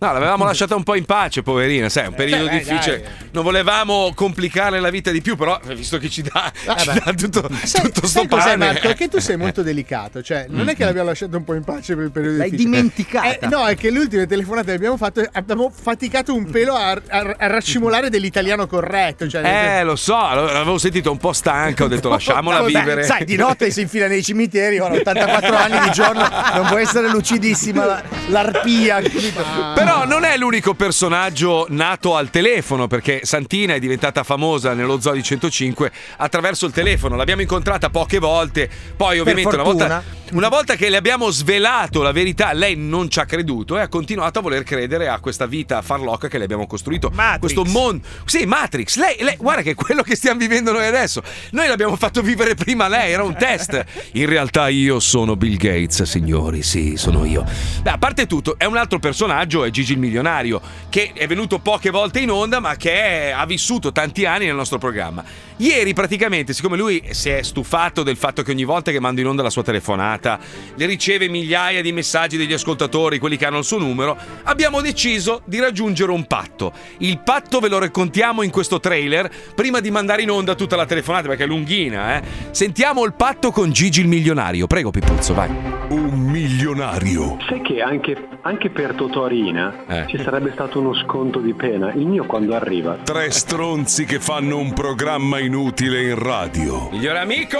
No, l'avevamo lasciata un po' in pace, poverina, sai, è un periodo beh, dai. difficile. Non volevamo complicarle la vita di più, però, visto che ci dà, ci dà tutto, tutto sto Sai eh, cos'è pane. Marco? È Che tu sei molto delicato, cioè non è che l'abbiamo lasciato un po' in pace per il periodo L'hai difficile. dimenticata. Eh, no, è che le ultime telefonate che abbiamo fatto abbiamo faticato un pelo a, a- a raccimolare dell'italiano corretto. Cioè, Eh, lo so, l'avevo sentito un po' stanca, ho detto lasciamola Vabbè, vivere. Sai, di notte si infila nei cimiteri, ora 84 anni di giorno, non può essere lucidissima la- l'arpia. capito? Però non è l'unico personaggio nato al telefono, perché Santina è diventata famosa nello zoo di 105 attraverso il telefono. L'abbiamo incontrata poche volte. Poi, ovviamente, una volta, fortuna. una volta che le abbiamo svelato la verità, lei non ci ha creduto e ha continuato a voler credere a questa vita farlocca che le abbiamo costruito. Questo mondo. Sì, Matrix. Lei, lei- guarda che è quello che stiamo vivendo noi adesso. Noi l'abbiamo fatto vivere prima lei, era un test. In realtà io sono Bill Gates, signori, sì, sono io. Beh, a parte tutto, è un altro personaggio, è Gigi il milionario, che è venuto poche volte in onda, ma che è- ha vissuto tanti anni nel nostro programma. Ieri praticamente, siccome lui si è stufato del fatto che ogni volta che mando in onda la sua telefonata, le riceve migliaia di messaggi degli ascoltatori, quelli che hanno il suo numero, abbiamo deciso di raggiungere un patto. Il patto ve lo raccontiamo in questo trailer, prima di mandare in onda tutta la telefonata, perché è lunghina, eh. Sentiamo il patto con Gigi il milionario. Prego Pipuzzo, vai. Un milionario. Sai che anche, anche per Totorina ci sarebbe stato uno sconto di pena. Il mio quando arriva. Tre stronzi che fanno un programma inutile in radio. Miglior amico!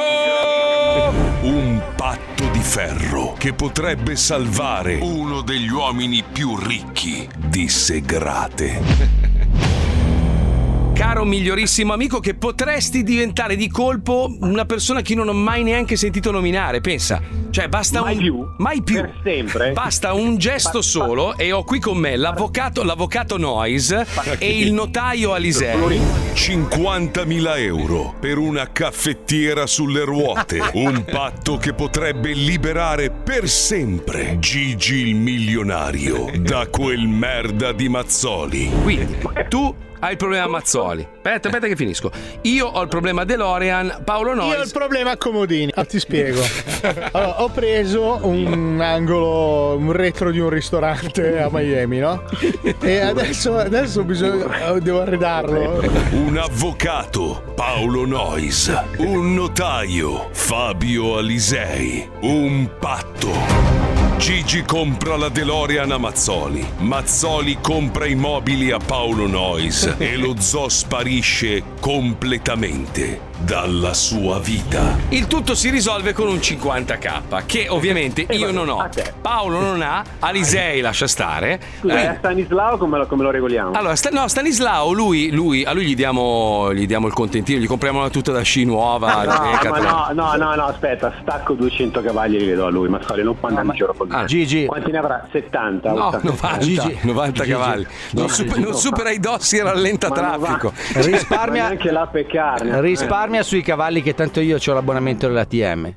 Un patto di ferro che potrebbe salvare uno degli uomini più ricchi di Segrate. Caro migliorissimo amico, che potresti diventare di colpo una persona che io non ho mai neanche sentito nominare, pensa. Cioè, basta un. Mai più. sempre. Basta un gesto solo e ho qui con me l'avvocato, l'avvocato Noyes e il notaio Alisei. 50.000 euro per una caffettiera sulle ruote. Un patto che potrebbe liberare per sempre Gigi il milionario da quel merda di Mazzoli. Quindi tu hai il problema Mazzoli. Aspetta, aspetta che finisco. Io ho il problema DeLorean, Paolo Nois. Io ho il problema a comodini. Ah, ti spiego. Allora, ho preso un angolo, un retro di un ristorante a Miami, no? E adesso, adesso ho bisogno, devo arredarlo. Un avvocato, Paolo Nois. Un notaio, Fabio Alisei. Un patto. Gigi compra la DeLorean a Mazzoli. Mazzoli compra i mobili a Paolo Nois. E lo zoo sparisce completamente dalla sua vita. Il tutto si risolve con un 50k, che ovviamente io non ho. Paolo non ha, Alisei lascia stare. Scusa, eh, Stanislao come lo, come lo regoliamo? Allora, Sta- no, Stanislao, lui, lui- a lui gli diamo, gli diamo il contentino, gli compriamo una tuta da sci nuova. da No, ma Decathlon. no, no, no, no, aspetta, stacco 200 cavalli e li vedo a lui, ma Mazzoli, non può andare in giro con ah. lui. Gigi. Quanti ne avrà? 70. No, 80. 90, 90 cavalli. Non, Gigi, super- no. non supera i dossi e rallenta Ma traffico. non va. Risparmia- Ma neanche la peccarne. Risparmia sui cavalli che tanto io ho l'abbonamento dell'ATM.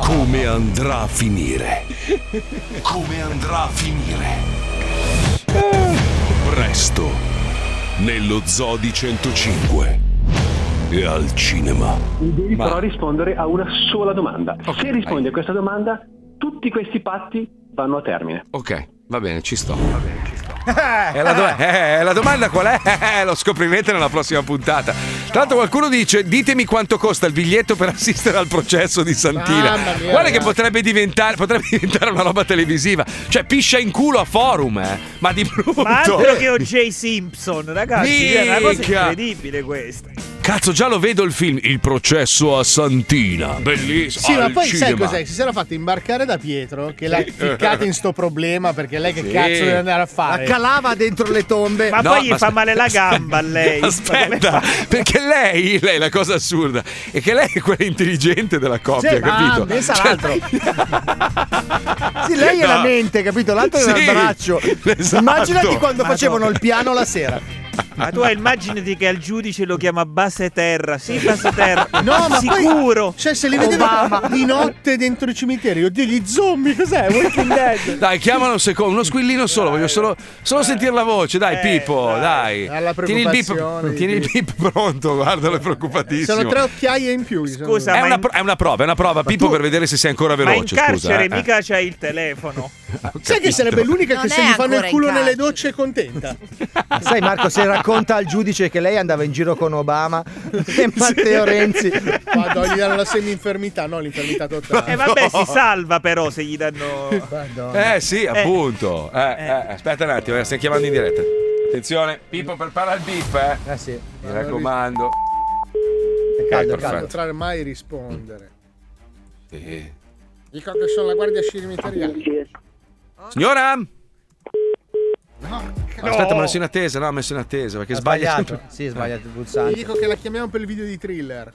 Come andrà a finire? Eh. Come andrà a finire? Presto, nello zoo di 105 e al cinema. Devi Ma- però rispondere a una sola domanda. Se rispondi a questa domanda, tutti questi patti vanno a termine. Ok, va bene, ci sto. E la, do- eh, la domanda qual è? Eh, lo scoprirete nella prossima puntata. Tra l'altro qualcuno dice ditemi quanto costa il biglietto per assistere al processo di Santina. Mamma mia, Guarda ragazzi. che potrebbe diventare, potrebbe diventare una roba televisiva. Cioè piscia in culo a forum, eh. ma di brutto. Ma altro che O.J. Simpson, ragazzi, cioè, è una cosa Minchia. incredibile questa. Cazzo, già lo vedo il film Il processo a Santina. Bellissimo. Sì, ma al poi sai cinema. cos'è? Si sarà fatta imbarcare da Pietro che l'ha Sì. ficcata in sto problema perché lei che Sì. cazzo deve andare a fare? La calava dentro le tombe. Ma poi gli fa male la gamba a lei. Aspetta, perché lei, lei, la cosa assurda è che lei è quella intelligente della coppia, Sì, ma capito? Cioè, pensa all'altro. Sì, Sì, lei è la no. mente, capito? L'altro è Sì, un braccio. esatto. Immaginati quando Madonna. facevano il piano la sera. Ma tu immaginati che al giudice lo chiama base terra. Sì, base terra. No, ma poi- sicuro. Cioè, se li vedevo Obama. di notte dentro i cimiteri, oddio, gli zombie, cos'è? Walking Dead. Dai, chiamalo un secondo, uno squillino solo, voglio solo, solo sentire la voce, dai Pippo, dai. Alla Tieni il preoccupazione bip, di tieni il Pippo. bip pronto, guardalo, è preoccupatissimo. Sono tre occhiaie in più. Scusa, è, una, pro- è una prova, è una prova, Pippo, per vedere se sei ancora Ma in veloce. scusa, carcere eh. mica c'è il telefono. Sai che sarebbe l'unica Non che se è gli fanno ancora in il culo nelle carcere. docce è contenta. Sai Marco, se racconta al giudice che lei andava in giro con Obama e Matteo Renzi. Vado, gli danno la semi-infermità, no l'infermità totale. E Eh, vabbè, si salva però se gli danno. Eh sì, appunto. Eh, eh, aspetta un attimo, eh, stiamo chiamando in diretta. Attenzione, Pippo prepara il bip, eh. Eh sì. Mi raccomando. È Non potrà mai rispondere. Dico che sono la guardia scimiteriale. Signora? Aspetta, No. mi ha messo in attesa, no, mi ha messo in attesa perché sbaglia sbagliato. sempre. Sì, sbagliato il Gli pulsante. dico che la chiamiamo per il video di thriller.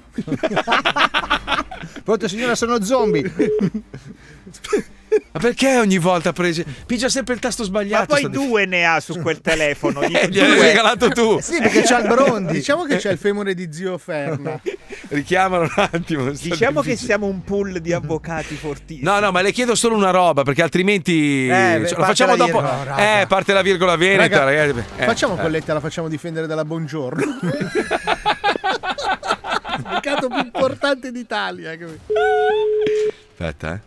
Pronto signora, sono zombie. Ma perché ogni volta presi? Pigia sempre il tasto sbagliato. Ma poi due ne ha su quel telefono. dico Eh, gliel'hai due. Eh, regalato tu. Diciamo che c'è il femore di zio Ferna. Richiamalo un attimo. Diciamo che siamo un pool di avvocati fortissimi. No, no, ma le chiedo solo una roba perché altrimenti Eh, Cioè, parte lo facciamo la dopo. virgola, eh, parte la virgola veneta, Raga, ragazzi. Eh, facciamo eh. colletta, la facciamo difendere dalla buongiorno. Il mercato più importante d'Italia. capito? Aspetta, eh.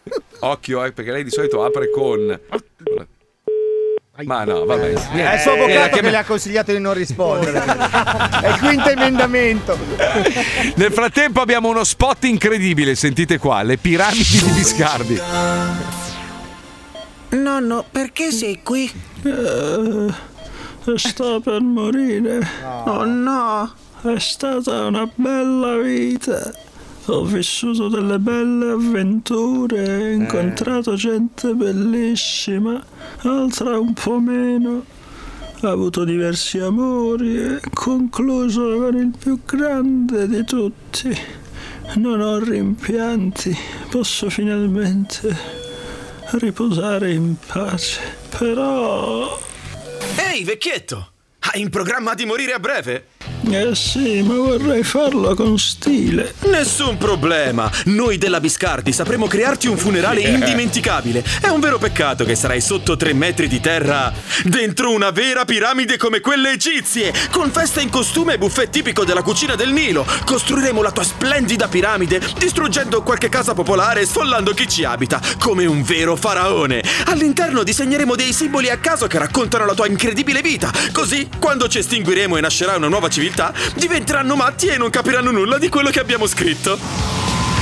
Occhio, eh, perché lei di solito apre con Ma no, vabbè. È niente. il suo Eh, la avvocato che chiam- le ha consigliato di non rispondere. È il quinto emendamento. Nel frattempo abbiamo uno spot incredibile, sentite qua, le piramidi di Biscardi. Nonno, perché sei qui? Eh, sto per morire. Oh no, è stata una bella vita. Ho vissuto delle belle avventure, ho incontrato gente bellissima, altra un po' meno. Ho avuto diversi amori e concluso con il più grande di tutti. Non ho rimpianti, posso finalmente riposare in pace. Però... Ehi, vecchietto! Hai in programma di morire a breve? Eh sì, ma vorrei farlo con stile. Nessun problema, noi della Biscardi sapremo crearti un funerale indimenticabile. È un vero peccato che sarai sotto 3 metri di terra, dentro una vera piramide come quelle egizie, con festa in costume e buffet tipico della cucina del Nilo. Costruiremo la tua splendida piramide, distruggendo qualche casa popolare e sfollando chi ci abita, come un vero faraone. All'interno disegneremo dei simboli a caso che raccontano la tua incredibile vita. Così, quando ci estinguiremo e nascerà una nuova civiltà, diventeranno matti e non capiranno nulla di quello che abbiamo scritto.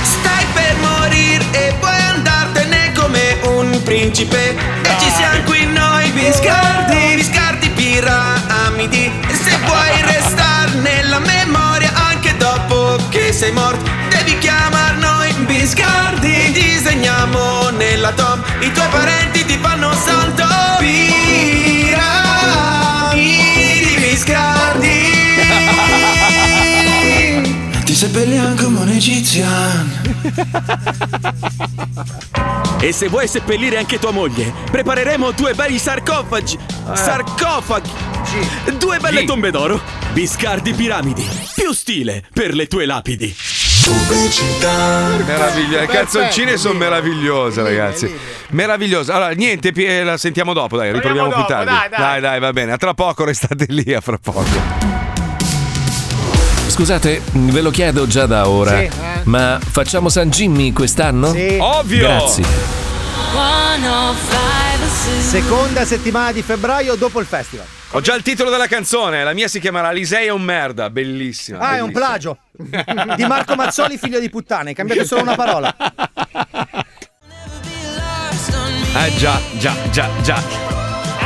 Stai per morire e puoi andartene come un principe. E ci siamo qui noi, Viscardi, Viscardi piramidi. E se vuoi restare nella memoria anche dopo che sei morto, devi chiamar noi Viscardi. Disegniamo nella tom, i tuoi parenti ti fanno santo. Piramidi, Viscardi. Ti seppelliamo come un egiziano. E se vuoi seppellire anche tua moglie, prepareremo due bei sarcofagi. Sarcofagi. Due belle tombe d'oro. Biscardi piramidi. Più stile per le tue lapidi. Meraviglia, le canzoncine sono meravigliose, ragazzi. Meravigliose. Allora, niente, Pie- la sentiamo dopo, dai, riproviamo più tardi. dopo, dai, dai. dai, va bene. A tra poco restate lì, a fra poco. Scusate, ve lo chiedo già da ora, Sì, eh. ma facciamo San Jimmy quest'anno? Sì. Ovvio. Grazie. Seconda settimana di febbraio dopo il festival. Ho già il titolo della canzone, la mia si chiamerà Lisei è un merda, bellissima. Ah, è un bellissima. plagio. Di Marco Mazzoli, figlio di puttana. Hai cambiato solo una parola. Eh già, già, già, già.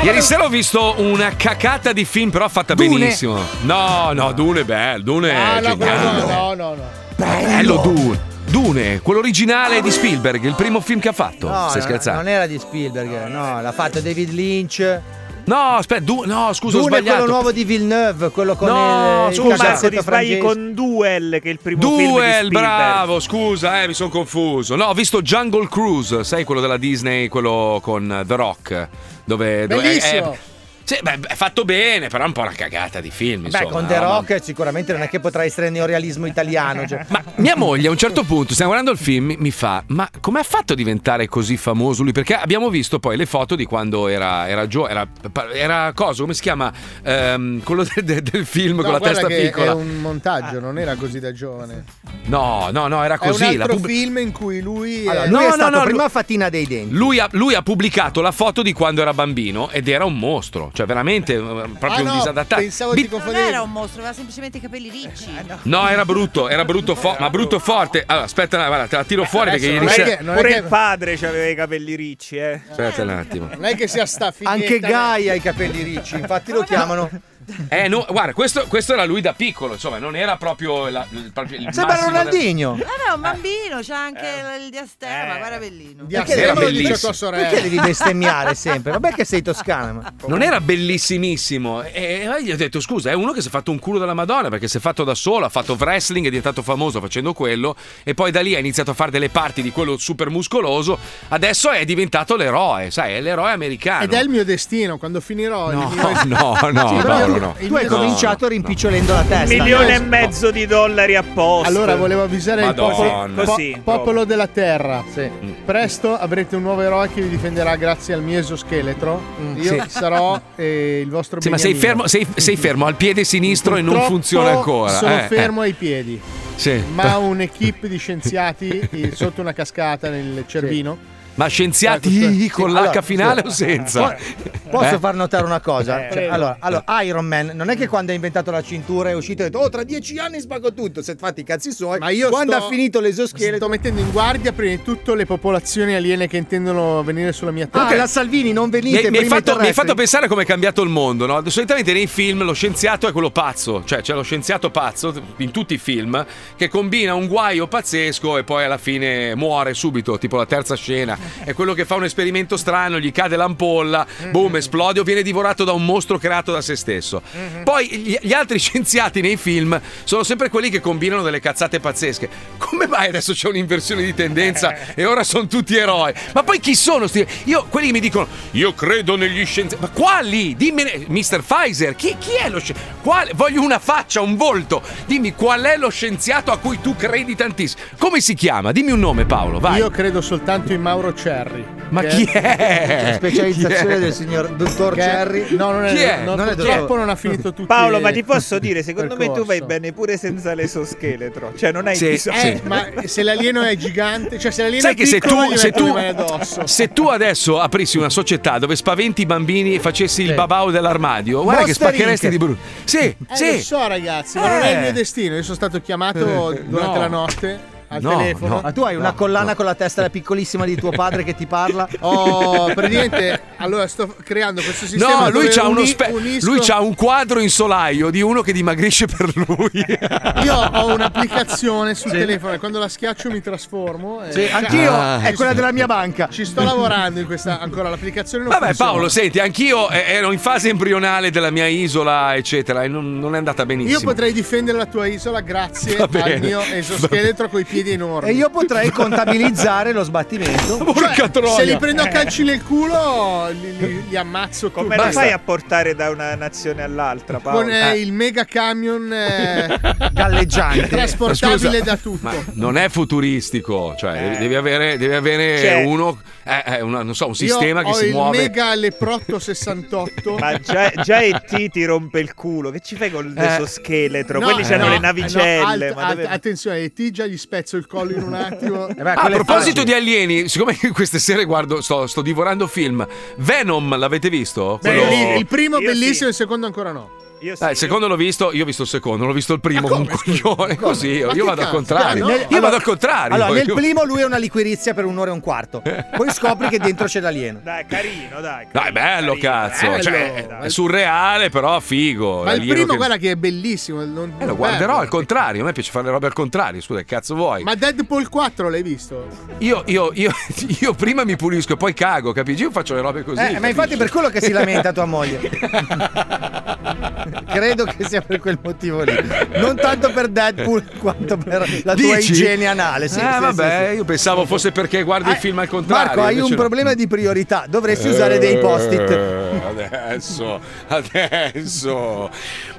Ieri sera ho visto una cacata di film, però fatta Dune. benissimo. No, no, Dune è bello, Dune Ah, è no, quello geniale. no, no, no, no. Bello Dune. Dune, quello originale di Spielberg, il primo film che ha fatto. No, Stai no, scherzando? non era di Spielberg, no, l'ha fatto David Lynch. No, aspetta, no, scusa, ho Dune è quello sbagliato. nuovo di Villeneuve, quello con No, il, il scusa, cazzetto ti sbagli francese. con Duel, che è il primo film di Duel, Spielberg. bravo, scusa, eh, mi sono confuso. No, ho visto Jungle Cruise, sai quello della Disney, quello con eh, The Rock, dove, dove- Bellissimo. eh, sì, beh, è fatto bene, però è un po' una cagata di film, Beh, insomma. con The no, ma- Rock sicuramente non è che potrà essere neorealismo italiano. Cioè. Ma Mia moglie a un certo punto, stiamo guardando il film, mi- mi fa: Ma come ha fatto a diventare così famoso lui? Perché abbiamo visto poi le foto di quando era, era giovane, era, era cosa, come si chiama? Ehm, quello de- de- del film con la guarda testa che piccola. È un montaggio, non era così da giovane. No, no, no, era così. è un la altro pub- film in cui lui. Allora, è... lui No, è no, stato no, prima lui- fatina dei denti. Lui ha, lui ha pubblicato la foto di quando era bambino ed era un mostro, cioè veramente eh, proprio Ah, un no, disadattato. Bi- Non era un mostro, aveva semplicemente i capelli ricci. No, era brutto, era brutto, fo- ma brutto forte. Allora, aspetta, guarda, te la tiro fuori perché ieri Pure sera. pure il padre aveva i capelli ricci, eh. Aspetta un attimo. Non è che sia sta finita. Anche Guy ha i capelli ricci, infatti lo chiamano. Eh, no, guarda, questo, questo era lui da piccolo, insomma, non era proprio, la, il, proprio il Sembra massimo Ronaldinho. del- Vabbè, è Eh, un bambino, c'ha anche il diastema, guarda bellino. Perché, era devi- bellissimo. perché devi bestemmiare sempre? Vabbè che sei toscana, ma... Non era bellissimissimo. E e gli ho detto: scusa, è uno che si è fatto un culo della Madonna perché si è fatto da solo, ha fatto wrestling, è diventato famoso facendo quello. E poi da lì ha iniziato a fare delle parti di quello super muscoloso. Adesso è diventato l'eroe, sai, è l'eroe americano. Ed è il mio destino, quando finirò. il mio- Ah, No, no, Sì, no, però no, tu- no. Tu hai cominciato rimpicciolendo la testa. Un milione e mezzo di dollari a posto. Allora volevo avvisare il popolo, Madonna. po- Così, proprio. popolo della terra. Presto avrete un nuovo eroe che vi difenderà grazie al mio esoscheletro. Io Mm. sì. sarò eh, il vostro Sì, ma sei fermo, Beniamino. sei, sei fermo al piede sinistro e non Purtroppo funziona ancora. Sono eh, eh. fermo ai piedi. Sì. Ma un'equipe di scienziati eh, sotto una cascata nel Cervino. Ma scienziati Ecco, con l'H Allora, finale scusa. o senza? Po- Posso Eh? far notare una cosa? Eh, Cioè, prego. allora, allora, Iron Man non è che quando ha inventato la cintura è uscito e ha detto oh tra dieci anni sbago tutto, si è fatti i cazzi suoi. Ma io quando sto- ha finito l'esoscheletro... Sto mettendo in guardia prima di tutto le popolazioni aliene che intendono venire sulla mia terra. Anche la Salvini non Mi, venite mi hai fatto, mi prima hai terrestri. fatto pensare come è cambiato il mondo, no? Solitamente nei film lo scienziato è quello pazzo, cioè c'è lo scienziato pazzo in tutti i film che combina un guaio pazzesco e poi alla fine muore subito, tipo la terza scena. È quello che fa un esperimento strano, gli cade l'ampolla, boom, esplode esplode o viene divorato da un mostro creato da se stesso. Poi gli, gli altri scienziati nei film sono sempre quelli che combinano delle cazzate pazzesche. Come mai adesso c'è un'inversione di tendenza e ora sono tutti eroi? Ma poi chi sono? sti- Io, quelli che mi dicono, io credo negli scienziati. Ma quali? Dimmi, Mr. Pfizer, chi, chi è lo scienziato? Voglio una faccia, un volto. Dimmi qual è lo scienziato a cui tu credi tantissimo. Come si chiama? Dimmi un nome, Paolo, vai. Io credo soltanto in Mauro Cerri. Ma che- chi è? Cioè, Chi è? signor dottor Che- No, non è, Chi è? No, Non è purtroppo dottor- non ha finito tutto. Paolo, ma ti posso dire, secondo me tu vai bene pure senza l'esoscheletro. Cioè, non hai bisogno. Eh, ma se l'alieno è gigante, cioè se l'alieno Sai è che se piccolo, tu, gli se, metto tu, le mani addosso. se tu adesso aprissi una società dove spaventi i bambini e facessi il babau dell'armadio, guarda che Monster spaccheresti Inc. di brutto. Sì, Eh, sì. Eh. lo so, ragazzi, ma non è il mio destino. Io sono stato chiamato Eh, durante no. la notte al No, telefono. no. Ma tu hai una collana con la testa piccolissima di tuo padre che ti parla? Oh, praticamente allora sto creando questo sistema. No, lui dove c'ha, uno uni- spe- unisco- lui c'ha un quadro in solaio di uno che dimagrisce per lui. Io ho un'applicazione sul telefono e quando la schiaccio mi trasformo. e- Sì, Cioè, anch'io, Ah. è quella della mia banca. Ci sto lavorando in questa ancora l'applicazione. Non Vabbè, funziona. Paolo, senti, anch'io eh, ero in fase embrionale della mia isola, eccetera, e non, non è andata benissimo. Io potrei difendere la tua isola grazie Va al bene. mio esoscheletro coi piedi enormi. E io potrei contabilizzare lo sbattimento. Cioè, troia. se li prendo Eh. a calci nel culo, li, li- li ammazzo tutti. Come lo fai a portare da una nazione all'altra, Paolo? Con eh, il mega camion eh, Galleggiante. trasportabile Ma Eh, scusa, da tutto. Ma non è futuristico, cioè Eh. devi- devi avere, devi avere Cioè- uno, eh, eh, una- non so, un Io sistema che ho si il muove. mega leprotto 68. Ma già, già ET ti rompe il culo. Che ci fai con Eh. l'esoscheletro? Quelli c'hanno no, le no, navicelle. alt- ma alt- dove- attenzione, e ti già gli spezzo il collo in un attimo. Ah, a proposito di alieni, siccome queste sere guardo, sto, sto divorando film. Venom, l'avete visto? Beh, Quello- lì- il primo Io bellissimo, il secondo ancora no. Eh, il secondo l'ho visto, io ho visto il secondo, non ho visto il primo. Con un coglione, così io, io vado al contrario. Dai, Io Cioè, no. vado Allora- al contrario. Allora, nel io- primo lui è una liquirizia per un'ora e un quarto. Poi scopri che dentro c'è l'alieno. Dai, carino, dai. No, è bello, cazzo. bello. Cioè, è surreale, però figo. Ma il L'alieno primo, che- guarda che è bellissimo. non- Eh, lo guarderò al contrario. A me piace fare le robe al contrario. Scusa, che cazzo vuoi? eh, Ma Deadpool 4 l'hai visto? Io, io- io- io prima mi pulisco e poi cago, capisci? Io faccio le robe così. Eh, ma infatti capisci? per quello che si lamenta tua moglie. Credo che sia per quel motivo lì. Non tanto per Deadpool quanto per la tua Dici? igiene anale. Sì, eh, sì, sì, vabbè, sì. Ah, io pensavo fosse perché guardi il film al contrario. Marco, hai invece un no. problema di priorità. Dovresti usare dei post-it. Eh, Adesso, adesso.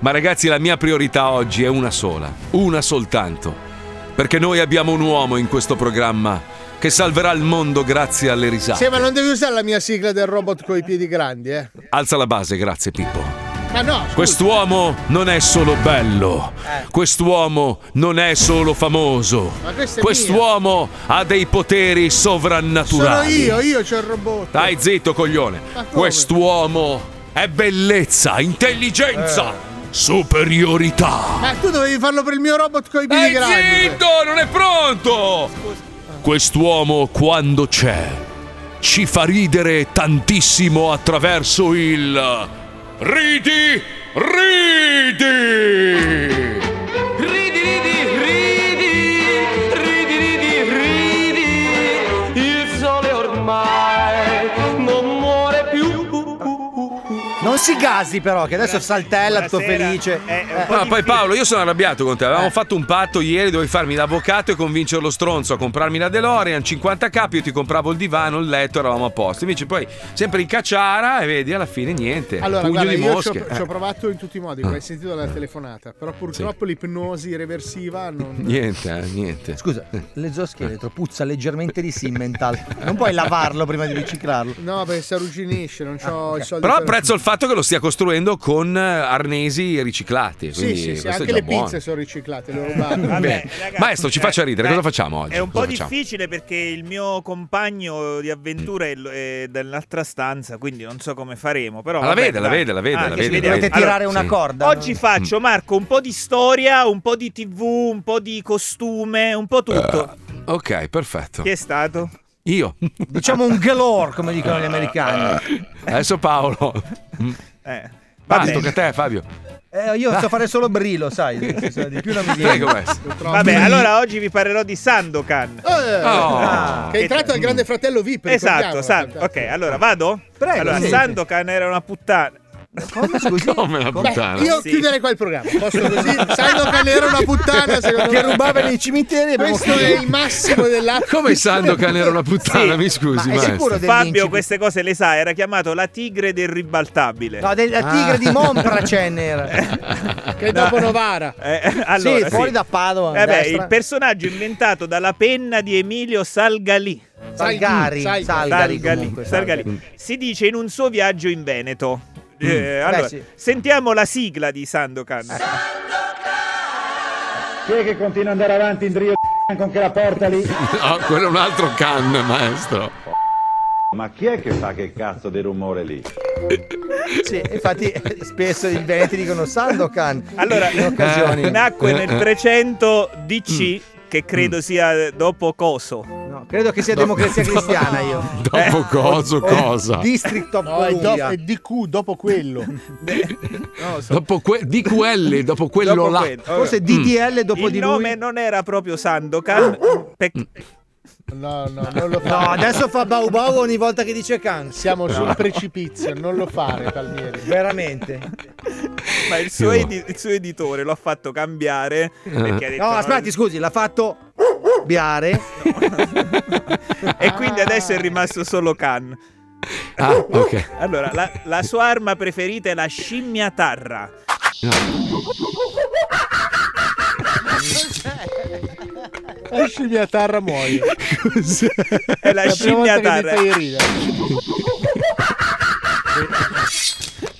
Ma ragazzi, la mia priorità oggi è una sola, una soltanto. Perché noi abbiamo un uomo in questo programma che salverà il mondo grazie alle risate. Sì, ma non devi usare la mia sigla del robot con i piedi grandi, eh. Alza la base, grazie Pippo. Ma no, Quest'uomo non è solo bello, quest'uomo non è solo famoso, Eh. Ma questa è quest'uomo ha dei poteri sono sovrannaturali. io, io c'ho il robot. Dai zitto, coglione. Ma come? Quest'uomo è bellezza, intelligenza, superiorità. Eh. Ma tu dovevi farlo per il mio robot con i piedi Eh, Dai grandi. eh. zitto, non è pronto. Quest'uomo quando c'è ci fa ridere tantissimo attraverso il ridi ridi. Ridi, ridi, ridi, ridi, ridi, ridi, il sole ormai non muore più. Non si gasi però, che adesso saltella tutto felice. Eh. Eh, No, poi Paolo, io sono arrabbiato con te. Avevamo fatto un patto ieri, dovevi farmi l'avvocato e convincere lo stronzo a comprarmi la DeLorean 50k, io ti compravo il divano, il letto, eravamo a posto. Invece poi sempre in cacciara e vedi alla fine niente. Allora, pugno guarda, di io ci ho, mosche. ci ho Eh, Ah. provato in tutti i modi, l'hai sentito dalla telefonata, però purtroppo l'ipnosi reversiva non... Niente, eh, niente. Scusa, l'esoscheletro puzza leggermente di Simmental. Non puoi lavarlo prima di riciclarlo. Ah, No, perché si arrugginisce, non ho i soldi. Però per- apprezzo il fatto che lo stia costruendo con eh, arnesi riciclati. Sì, quindi sì, sì, questo è anche già le buono. pizze sono riciclate, le ho rubate. Bene. Maestro, ci faccia ridere, cosa facciamo oggi? eh, È un po' Cosa facciamo? difficile perché il mio compagno di avventura è, è dall'altra stanza, quindi non so come faremo. Però Ma la vabbè, vede, la dai. Ah, vede, la vede, la che vede, ci la vediamo. vede. Dovete tirare una Sì. Mm. corda, Oggi faccio, Marco, un po' di storia, un po' di tv, un po' di costume, un po' tutto. Esatto. Ok, perfetto. Chi è stato? Io. Diciamo un galore, come dicono gli americani. Adesso Paolo. Eh. Fabio, tocca a te, Fabio. Eh, io so fare solo brillo, sai. nel senso, Di più non mi viene. Prego, Wes. Vabbè, allora oggi vi parlerò di Sandokan. Eh, Oh. Ah, che è entrato al grande fratello VIP. Esatto, ricordiamolo. Sand- ok, allora vado? Prego, Allora, sì. Sandokan era una puttana. Come, Come la Beh, io Sì. chiuderei qua il programma. Posso così? Sandokan era una puttana, secondo Che me. rubava nei cimiteri e abbiamo Questo è chiuso. il massimo dell'acqua. Come Sandokan era una puttana, mi scusi, maestro. Fabio queste cose le sa, era chiamato la tigre del ribaltabile. No, del- la tigre Ah. Ah. di Mompra c'è nera. Che dopo Novara. Eh, allora, sì, fuori da Padova. Eh beh, destra. il personaggio inventato dalla penna di Emilio Salgalì. Salgari, Salgari, Salgalì, comunque, Salgalì. Salgari. Si dice in un suo viaggio in Veneto. Eh, Beh, allora, Mm. sì. Sentiamo la sigla di Sandokan. Chi è che continua ad andare avanti in drio con che la porta lì? No, quello è un altro can, maestro. Ma chi è che fa che cazzo di rumore lì? Sì, infatti eh, spesso i veneti dicono Sandokan. Allora, in occasioni. Eh, Eh, Mm. nacque nel 300 DC, che credo sia dopo Coso. Eh, Credo che sia democrazia cristiana io. Dopo coso, cosa? District of No, è, do- Columbia. è DQ dopo quello. Dopo que- DQL, dopo quello Dopo là. quello. Mm. dopo il di lui. nome non era proprio Sandokan. Ah, Pe- No, no, non lo No, fare. adesso fa bau bau ogni volta che dice can. Siamo sul No. precipizio, non lo fare, Palmieri. Veramente. Ma il suo, Sì. Eh. edi- il suo editore lo ha fatto cambiare. Perché ha detto, No, aspetti, scusi, l'ha fatto biare. E quindi adesso è rimasto solo Khan. Ah, ok. Allora, la, la sua arma preferita è la scimmiatarra. La scimmiatarra muoio. È la, prima scimmiatarra. volta che mi fai ridere.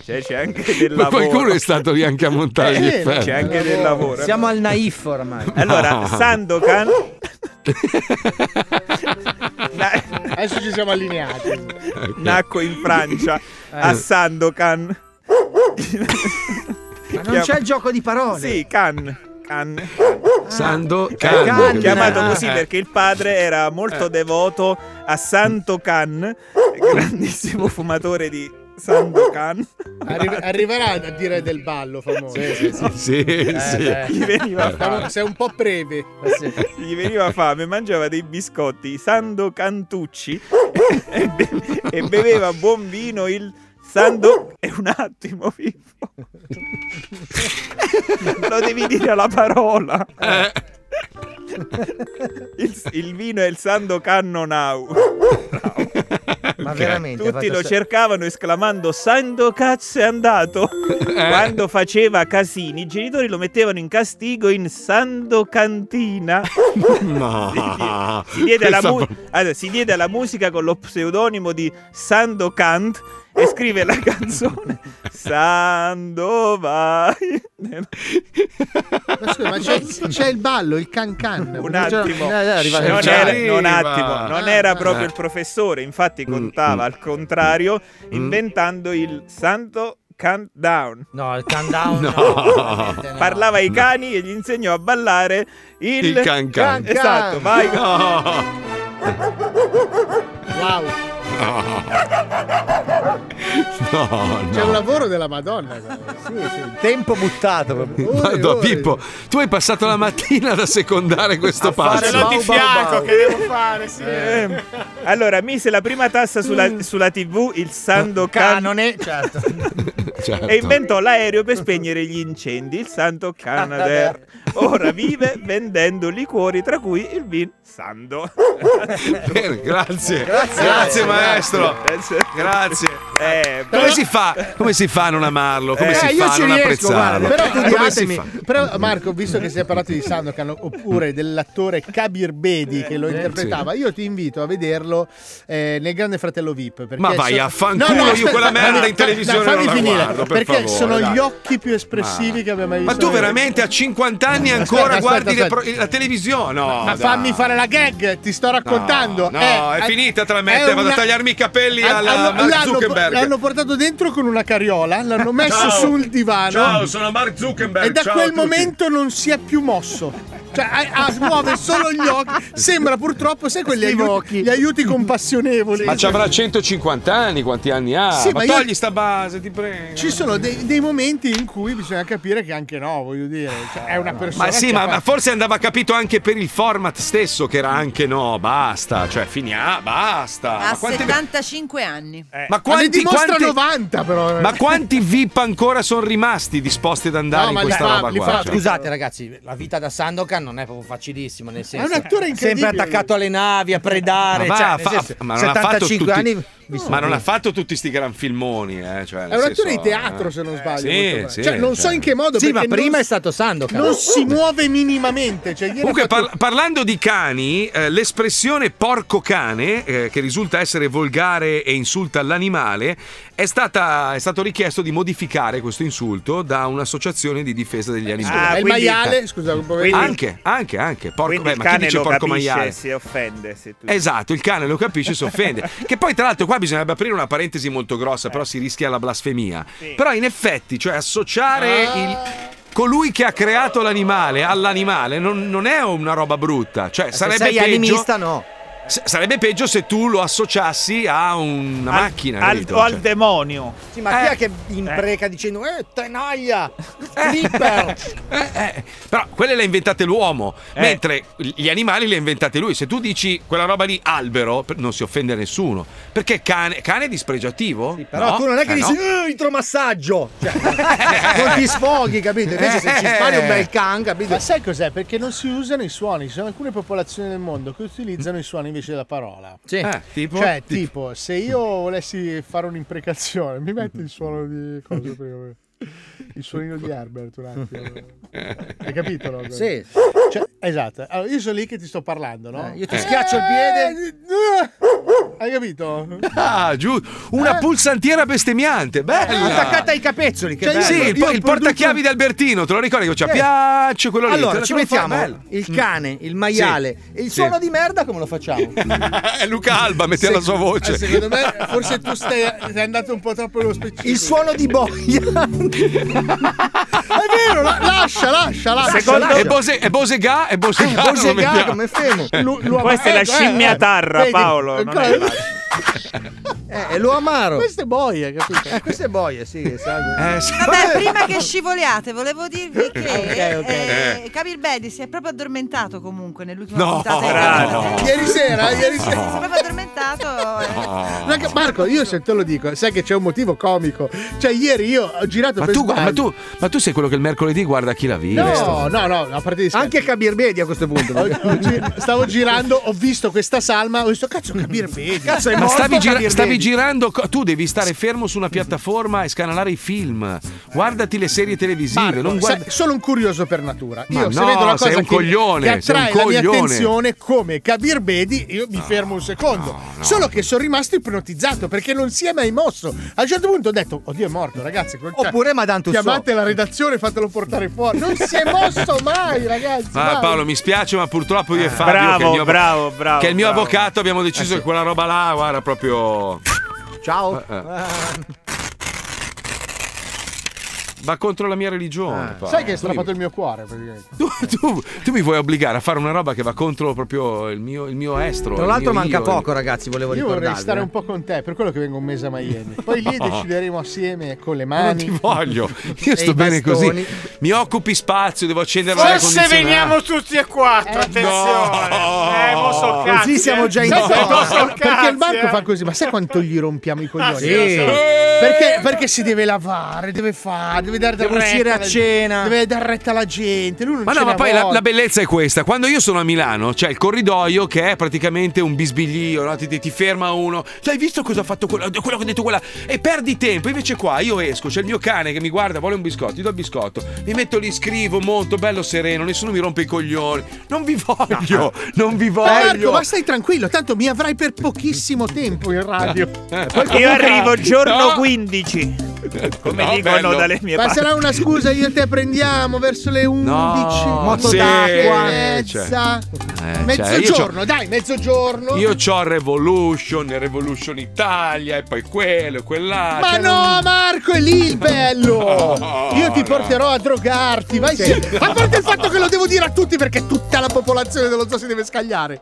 Cioè, c'è anche del Ma lavoro. qualcuno è stato lì anche a montare gli Eh, effetti. c'è anche del lavoro. Siamo al naif ormai. Allora, Sandokan Adesso ci siamo allineati. nacque in Francia Eh. a Sandokan. Ma non c'è il gioco di parole. Sì, Khan. Khan. Sando Khan, Can. chiamato così Ah, Eh. perché il padre era molto Eh. devoto a Santo Can, grandissimo fumatore di Santo Can. Arri- arriverà a dire del ballo famoso. Sì, sì. Gli veniva Stiamo- fame. Sei un po' breve. Gli veniva fame, mangiava dei biscotti Sando Cantucci e, be- e beveva buon vino il Sando... È un attimo, Pippo. Lo devi dire la parola. Il, il vino è il Sando Cannonau. Ma veramente, Tutti fatto lo se- cercavano esclamando Sando cazzo è andato. Eh? Quando faceva casini, i genitori lo mettevano in castigo in Sando Cantina. No. Si diede, alla Questa- mu- allora, si diede alla musica con lo pseudonimo di Sando Kant e scrive la canzone Sando vai. Ma scusa, ma c'è, c'è il ballo, il can can. eh, Un attimo, arriva- non era, non attimo, non era proprio il professore, infatti contava al contrario, inventando il Santo Countdown. No, il countdown no. veramente no. Parlava ai cani e gli insegnò a ballare il, Il can can. Esatto, vai. No. Wow, No, c'è eh, no. un lavoro della Madonna. guarda. Sì, sì. Tempo buttato proprio. Madonna, Pippo, tu hai passato la mattina da secondare questo fare passo. la di fianco, che devo fare? Sì. Eh, allora, mise la prima tassa sulla, sulla TV, il Sandokan, Canone, certo. Certo. e inventò l'aereo per spegnere gli incendi, il Santo Ah, Canadair. Ora vive vendendo liquori, tra cui il vin Sando. Per- Grazie. Grazie. Grazie, Grazie. maestro. Grazie. Eh, Come si, fa? Come si fa a non amarlo? Come Eh, si io fa a ci non riesco, apprezzarlo? guarda. però tu Come si fa? diatemi. Però Marco, visto che si è parlato di Sandokan oppure dell'attore Kabir Bedi che lo Eh, interpretava, io ti invito a vederlo eh, nel Grande Fratello VIP. perché Ma vai so- a fanculo, io aspetta, quella merda no, no, in televisione no, fammi non la finire, guardo, per perché favore, sono dai. gli occhi più espressivi che abbia mai Ma visto. tu veramente a 50 anni ancora Aspetta, guardi aspetta, le pro- la televisione? No, dai. Ma fammi fare la gag, ti sto raccontando. Eh, No, no, è finita, te la metto, è vado a tagliarmi i capelli alla Mark l'hanno- Zuckerberg. L'hanno portato dentro con una carriola, l'hanno messo Ciao. sul divano. Ciao, sono Mark Zuckerberg. E da ciao a quel tutti. momento non si è più mosso. Cioè, ha- ha- muove solo gli occhi. Sembra purtroppo, sai quelli aiuti, gli aiuti compassionevoli. Ma ci avrà 150 anni, quanti anni ha? Sì, ma io- togli sta base, ti prego. Ci sono dei, dei momenti in cui bisogna capire che anche no, voglio dire, cioè, è una persona. Ma sì, che ma, fa- ma forse andava capito anche per il format stesso, che era anche no, basta, cioè finiamo, basta. Ha Ah, ma quanti, 75 anni. ma quanti- ne dimostra quanti- 90 però. eh. ma quanti VIP ancora sono rimasti disposti ad andare in questa roba qua? cioè? Scusate ragazzi, la vita da Sandokan non è proprio facilissima, nel senso un attore incredibile. sempre attaccato alle navi, a predare, Ma va, cioè, nel fa- senso, ma non ha fatto 75 tutti- anni vi sono ma non lì. ha fatto tutti sti gran filmoni. Eh, cioè, È un attore di teatro, se non sbaglio. molto bene. cioè, non so in che modo. Sì, ma perché prima non- è stato Sandokan. Non si muove minimamente. Cioè, ieri Comunque, ha fatto- par- parlando di cani, eh, l'espressione porco cane, eh, che risulta essere volgare e insulta all'animale, è, stata, è stato richiesto di modificare questo insulto da un'associazione di difesa degli animali. è Ah, il maiale. Scusa, un po' anche, anche, anche. Porco, Quindi beh, il ma chi cane dice lo porco capisce, maiale? si offende. Se tu... Esatto, il cane lo capisce e si offende. che poi, tra l'altro, qua bisognerebbe aprire una parentesi molto grossa, però si rischia la blasfemia. Però, in effetti, cioè associare Ah. il- colui che ha creato l'animale all'animale non, non è una roba brutta. Cioè, Se sarebbe sei peggio. animista no. s- Sarebbe peggio se tu lo associassi a una Al- macchina al- capito? o al Cioè- demonio. Sì, ma Eh. chi è che impreca dicendo "Eh, tenaglia, flipper". Però quelle le ha inventate l'uomo, Eh. mentre gli animali le ha inventate lui. Se tu dici quella roba lì albero, per- non si offende nessuno. Perché cane, cane è dispregiativo? Però No? tu non è che Eh, dici no. "Eh, idromassaggio". Cioè, non ti sfoghi, capito? Invece se ci spari un bel can, capito? Eh. Ma sai cos'è? Perché non si usano i suoni. Ci sono alcune popolazioni del mondo che utilizzano i suoni invece della parola. Sì. Eh, tipo? Cioè, Tipo. tipo, se io volessi fare un'imprecazione, mi metti il suono di cosa prima? Il suonino di Herbert un attimo. Hai capito? No? Sì. Cioè, esatto. Allora, io sono lì che ti sto parlando, no? Eh, io ti schiaccio il piede. Eh, Hai capito? Ah, giù, una pulsantiera bestemmiante, Ah, bella. Attaccata ai capezzoli, che Cioè, bello. sì, il, po- il portachiavi di Albertino, te lo ricordi che ci Eh. piace quello lì. te Allora, lo- ci te lo fai, mettiamo bello. Mm. il cane, il maiale Sì. e il Sì. suono di merda come lo facciamo? Eh, Luca Alba, metti la sua voce. Eh, secondo me, forse tu stai, sei andato Eh, un po' troppo nello specifico. Il suono di boia. È vero, la- lascia, lascia, lascia. Secondo... lascia. E Bose- e Bosega, e Bosega, non lo Bosega, mettiamo. Ah, come fermo. Lu- lu- Questa è la eh, scimmia eh, tarra, vedi, Paolo. Non ancora- è facile. Eh, è lo amaro. Queste boie, capito? Eh, queste boie, sì, Eh, salve. Vabbè, prima che scivoliate, volevo dirvi che Ok, ok. eh, Kabir Bedi si è proprio addormentato comunque nell'ultima No, puntata. bravo. Ieri sera, ieri sera. Si è proprio addormentato. eh. Ma che- Marco, io se te lo dico, sai che c'è un motivo comico. Cioè, ieri io ho girato Ma per tu, sbaglio. ma, tu, ma tu sei quello che il mercoledì guarda chi la vive. No, no, no, a parte di Anche Kabir Bedi a questo punto. Stavo girando, ho visto questa salma, ho detto cazzo Kabir Bedi. Cazzo, Ma stavi, gira- stavi girando, co- tu devi stare fermo su una piattaforma e scanalare i film. Guardati le serie televisive. non guarda- Sai, sono un curioso per natura. Ma io se no, vedo una cosa sei un che, coglione, che sei un attrae la mia coglione. attenzione come Kabir Bedi, io mi fermo un secondo. Solo che sono rimasto ipnotizzato perché non si è mai mosso. A un certo punto ho detto, oddio è morto ragazzi. quel- cioè, Oppure Madame Tussauds. Chiamate la redazione e fatelo portare fuori. Non si è mosso mai ragazzi. Ah, mai. Paolo, mi spiace, ma purtroppo io e Fabio, Bravo, che è il mio, bravo, bravo, che è il mio bravo. avvocato, abbiamo deciso che quella roba là, guarda, proprio. Ciao. Eh, eh. Va contro la mia religione. Paolo. Sai che hai Tu mi- strappato il mio cuore praticamente. tu, tu- tu mi vuoi obbligare a fare una roba che va contro proprio il mio, il mio estro. Tra il l'altro mio manca io, poco, ragazzi, volevo Io vorrei ricordarvi. stare eh. un po' con te, per quello che vengo un mese a Miami. Poi lì No. decideremo assieme con le Ma non ti mani. voglio, io E sto i bene bastoni. così. Mi occupi spazio, devo accendere l'aria Forse condizionata. veniamo tutti e quattro, attenzione. Eh, mo so Così cazzi, siamo eh. già in Sai top. che mo so Perché il cazzi, Marco eh. fa così, ma sai quanto gli rompiamo i coglioni? Ah, sì, lo so. Eh. Perché, perché si deve lavare, deve fare, deve dare Deve retta uscire a alla- cena. Deve dar retta alla gente. Lui non Ma ce no, ne ma ha poi la, voglia. la bellezza è questa. Quando io sono a Milano, c'è il corridoio che è praticamente un bisbiglio, no? ti, ti- ti ferma uno. L'hai visto cosa ha fatto quello? Quello che ha detto quella. E perdi tempo. Invece qua io esco, c'è il mio cane che mi guarda, vuole un biscotto, gli do il biscotto. Mi metto lì, scrivo, molto bello sereno, nessuno mi rompe i coglioni. Non vi voglio, non vi voglio. Ah, Ma Eh, Marco, ma stai tranquillo, tanto mi avrai per pochissimo tempo in radio. Eh, poi Io comunque- arrivo giorno No. 15. Come dicono dalle mie Ma parti. sarà una scusa, io e te prendiamo verso le 11. moto moto sì, d'acqua. d'acqua. eh, cioè, Mezza. mezzogiorno, io c'ho- dai, mezzogiorno. Io ho Revolution, Revolution Italia, e poi quello, quell'altro. Ma Cioè, no, Marco, è lì il bello. No, Io ti no. porterò a drogarti. Vai sì. A parte il fatto che lo devo dire a tutti perché tutta tutta la popolazione dello zoo si deve scagliare.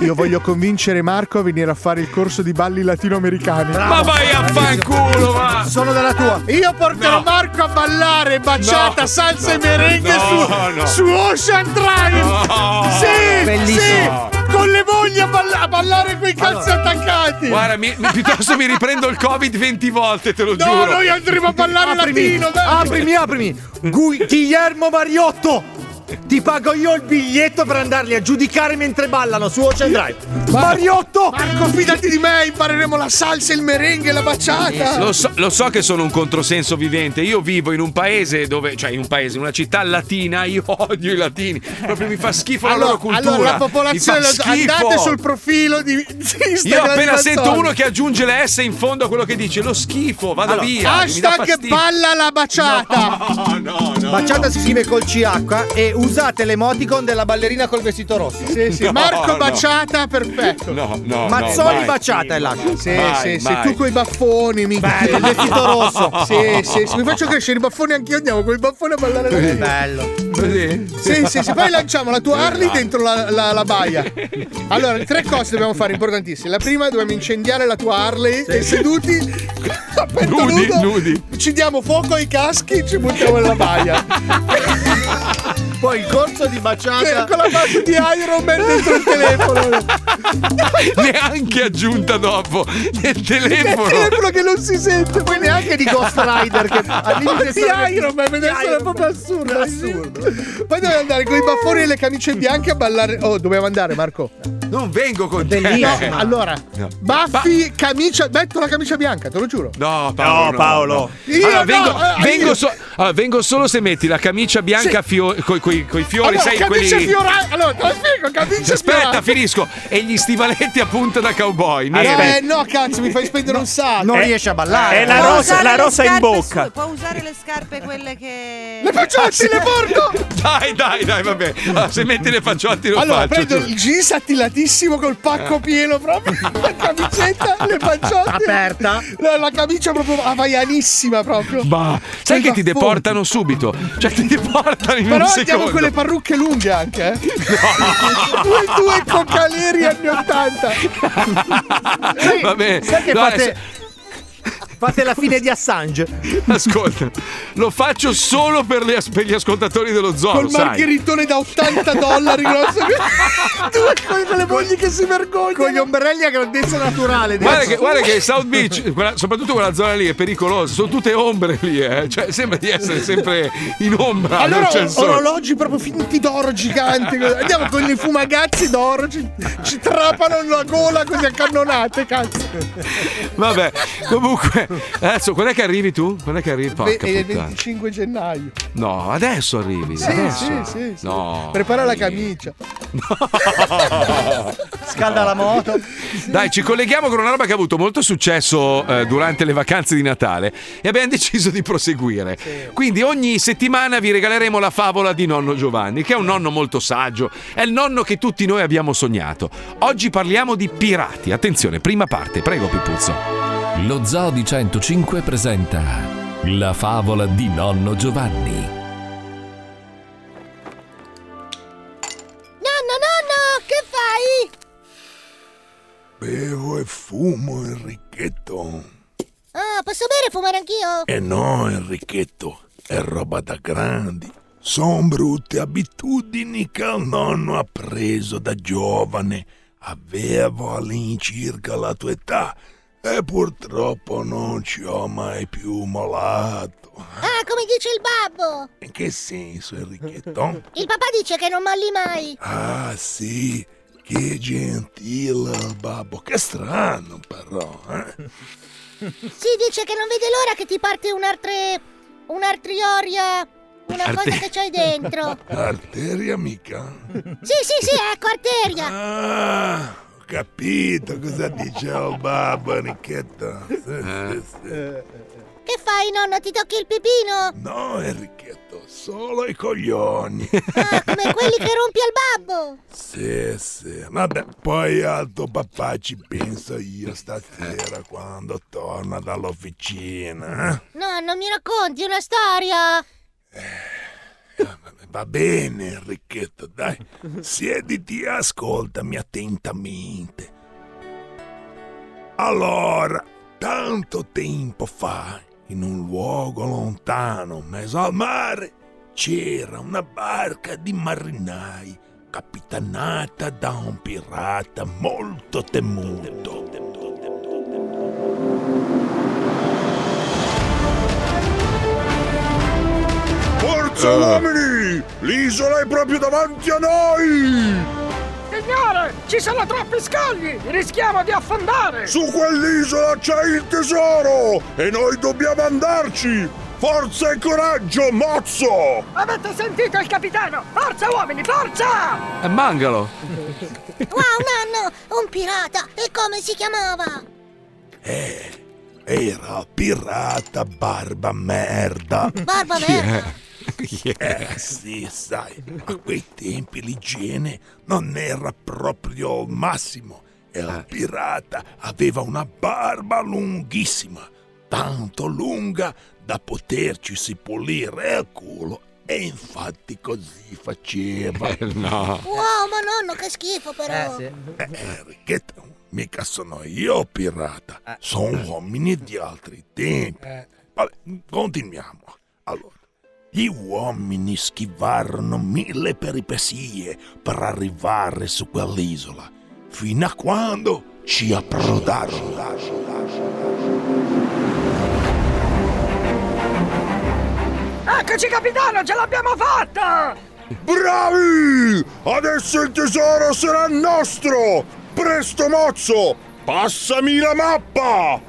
Io voglio convincere Marco a venire a fare il corso di balli latinoamericani. Ma vai a fanculo, va! Sono dalla tua. Io porterò Marco a ballare baciata, No. salsa e No. merengue No, su, no. su Ocean Drive. Sì, Bellissimo. sì, con le mogli a, balla- a ballare quei calzi attaccati. Guarda, mi- mi- piuttosto mi riprendo il Covid 20 volte, te lo No, giuro. noi andremo a ballare Aprimi, latino. dai. aprimi, aprimi. Gu- Guillermo Mariotto. Ti pago io il biglietto per andarli a giudicare mentre ballano su Ocean Drive. Mariotto! Marco, fidati di me, impareremo la salsa, il merengue, la baciata. Lo so, lo so che sono un controsenso vivente. Io vivo in un paese dove, cioè in un paese, in una città latina, io odio i latini. Proprio mi fa schifo la loro cultura. allora, la popolazione mi fa lo sa. schifo. Andate sul profilo di di Instagram. Io di appena Mazzoli. sento uno che aggiunge le S in fondo a quello che dice, lo schifo, vado Allora, via. mi dà Hashtag fastidio. balla la baciata. Baciata si scrive col CH e usate l'emoticon della ballerina col vestito rosso. Sì, sì, No, Marco no. baciata, perfetto. No, no. Mazzoli vai. baciata e lascia. Sì, sì, sì, tu coi baffoni, minchia. Bello, il vestito rosso. Sì, sì, se mi faccio crescere i baffoni anch'io andiamo con i baffoni a ballare la Così. vita. Bello. Sì, sì, sì, poi lanciamo la tua Harley Esatto. dentro la, la- la baia. Allora, tre cose dobbiamo fare importantissime. La prima, dobbiamo incendiare la tua Harley e seduti a petto Nudi, nudo, nudi. ci diamo fuoco ai caschi e ci buttiamo nella baia. Poi il corso di baciata. Sì, con la faccia di Iron Man dentro il telefono. Neanche aggiunta dopo nel Il telefono. telefono che non si sente, poi neanche di Ghost Rider che al limite Di sarebbe- Iron Man, Di adesso Iron Man. è proprio assurdo. Poi dobbiamo andare con i baffoni e le camicie bianche a ballare. Oh, dobbiamo andare, Marco. Non vengo con te. Eh. No, allora, No. baffi, camicia, metto la camicia bianca, te lo giuro. No, Paolo. No, Paolo. no. Io Allora, no, vengo, eh, vengo io- so- allora, vengo solo se metti la camicia bianca con i fiori, Allora, sai quelli. camicia fiorata. Allora, te lo spiego, camicia Aspetta, fiorata. finisco. E gli stivaletti a punta da cowboy. neri. Eh, no, cazzo, mi fai spendere un sacco. Eh. non riesce a ballare. Eh, È la Può rosa, usare la le rosa in scarpe bocca. sue, può usare le scarpe quelle che. Le facciotti, Ah, le porco! Dai, dai, dai, vabbè. Allora, se metti le facciotti lo Allora, faccio. Eh. prendo giuro. il jeans attilatissimo col pacco pieno proprio, la camicetta, le panciotte. Aperta. La, la camicia proprio havaianissima proprio. Bah, sai Con i che ti baffoni. deportano subito. Cioè, ti deportano in Però un andiamo secondo. con le parrucche lunghe anche, eh. due, due cocaleri anni 80. Vabbè. Sai che No, fate. adesso- Fate la fine di Assange. Ascolta, lo faccio solo per, le as- per gli ascoltatori dello zoo. Col lo sai. margheritone da 80 dollari grosso. Due con con le mogli che si vergognano. Con gli ombrelli a grandezza naturale. Guarda Adesso- che, guarda che South Beach, quella- soprattutto quella zona lì, è pericolosa. Sono tutte ombre lì, eh. Cioè, sembra di essere sempre in ombra. Allora, non c'è il sole. orologi proprio finti d'oro giganti. Andiamo con i fumagazzi d'oro, ci, ci trapano la gola così a cannonate, cazzo. Vabbè, comunque, adesso quando è che arrivi tu? Quando è che arrivi? Ve- Porca è il puttana. 25 gennaio. No, adesso arrivi. Sì, adesso. sì, sì, sì. No. Prepara la camicia. Scalda la moto. Dai, ci colleghiamo con una roba che ha avuto molto successo eh, durante le vacanze di Natale e abbiamo deciso di proseguire. Quindi ogni settimana vi regaleremo la favola di nonno Giovanni, che è un nonno molto saggio, è il nonno che tutti noi abbiamo sognato. Oggi parliamo di pirati. Attenzione, prima parte, prego Pipuzzo. Lo Zoo di 105 presenta La favola di nonno Giovanni. Nonno, nonno, che fai? Bevo e fumo, Enrichetto. Ah, posso bere e fumare anch'io? E no, Enrichetto, è roba da grandi. Son brutte abitudini che il nonno ha preso da giovane. Avevo all'incirca la tua età e purtroppo non ci ho mai più molato. Ah, come dice il babbo! In che senso, Enrichetto? Il papà dice che non molli mai! Ah sì, che gentile il babbo, che strano però, eh? Si dice che non vede l'ora che ti parte un'arte... un'artrioria... una cosa Arte- che c'hai dentro! Arteria mica? Sì, sì, sì, ecco, arteria! Ah, ho capito cosa diceva il babbo, Enrichetto. Sì, sì, sì. Che fai, nonno? Ti tocchi il pipino? No, Enrichetto, solo i coglioni. Ah, Come quelli che rompi al babbo! Sì, sì. Vabbè, poi al tuo papà ci penso io stasera quando torna dall'officina. eh. Nonno, mi racconti una storia? Va bene, Enrichetto, dai. Siediti e ascoltami attentamente. Allora, tanto tempo fa, in un luogo lontano, mezzo al mare, c'era una barca di marinai capitanata da un pirata molto temuto. Forza Eh. Ah. uomini! L'isola è proprio davanti a noi! Signore, ci sono troppi scogli! Rischiamo di affondare! Su quell'isola c'è il tesoro! E noi dobbiamo andarci! Forza e coraggio, mozzo! Avete sentito il capitano? Forza uomini, forza! È Mangalo! Wow, nonno, un pirata! E come si chiamava? Era pirata barba merda. Barba Chi è? merda? Eh sì, sai, a quei tempi l'igiene non era proprio il massimo e la pirata aveva una barba lunghissima, tanto lunga da poterci si pulire il culo e infatti così faceva. no. Wow, ma nonno, che schifo però! Eh, Mica sono io pirata, sono uomini di altri tempi. Vabbè, continuiamo. Allora, gli uomini schivarono mille peripezie per arrivare su quell'isola, fino a quando ci approdarono. Eccoci capitano, ce l'abbiamo fatta! Bravi! Adesso il tesoro sarà nostro! Presto, mozzo! Passami la mappa!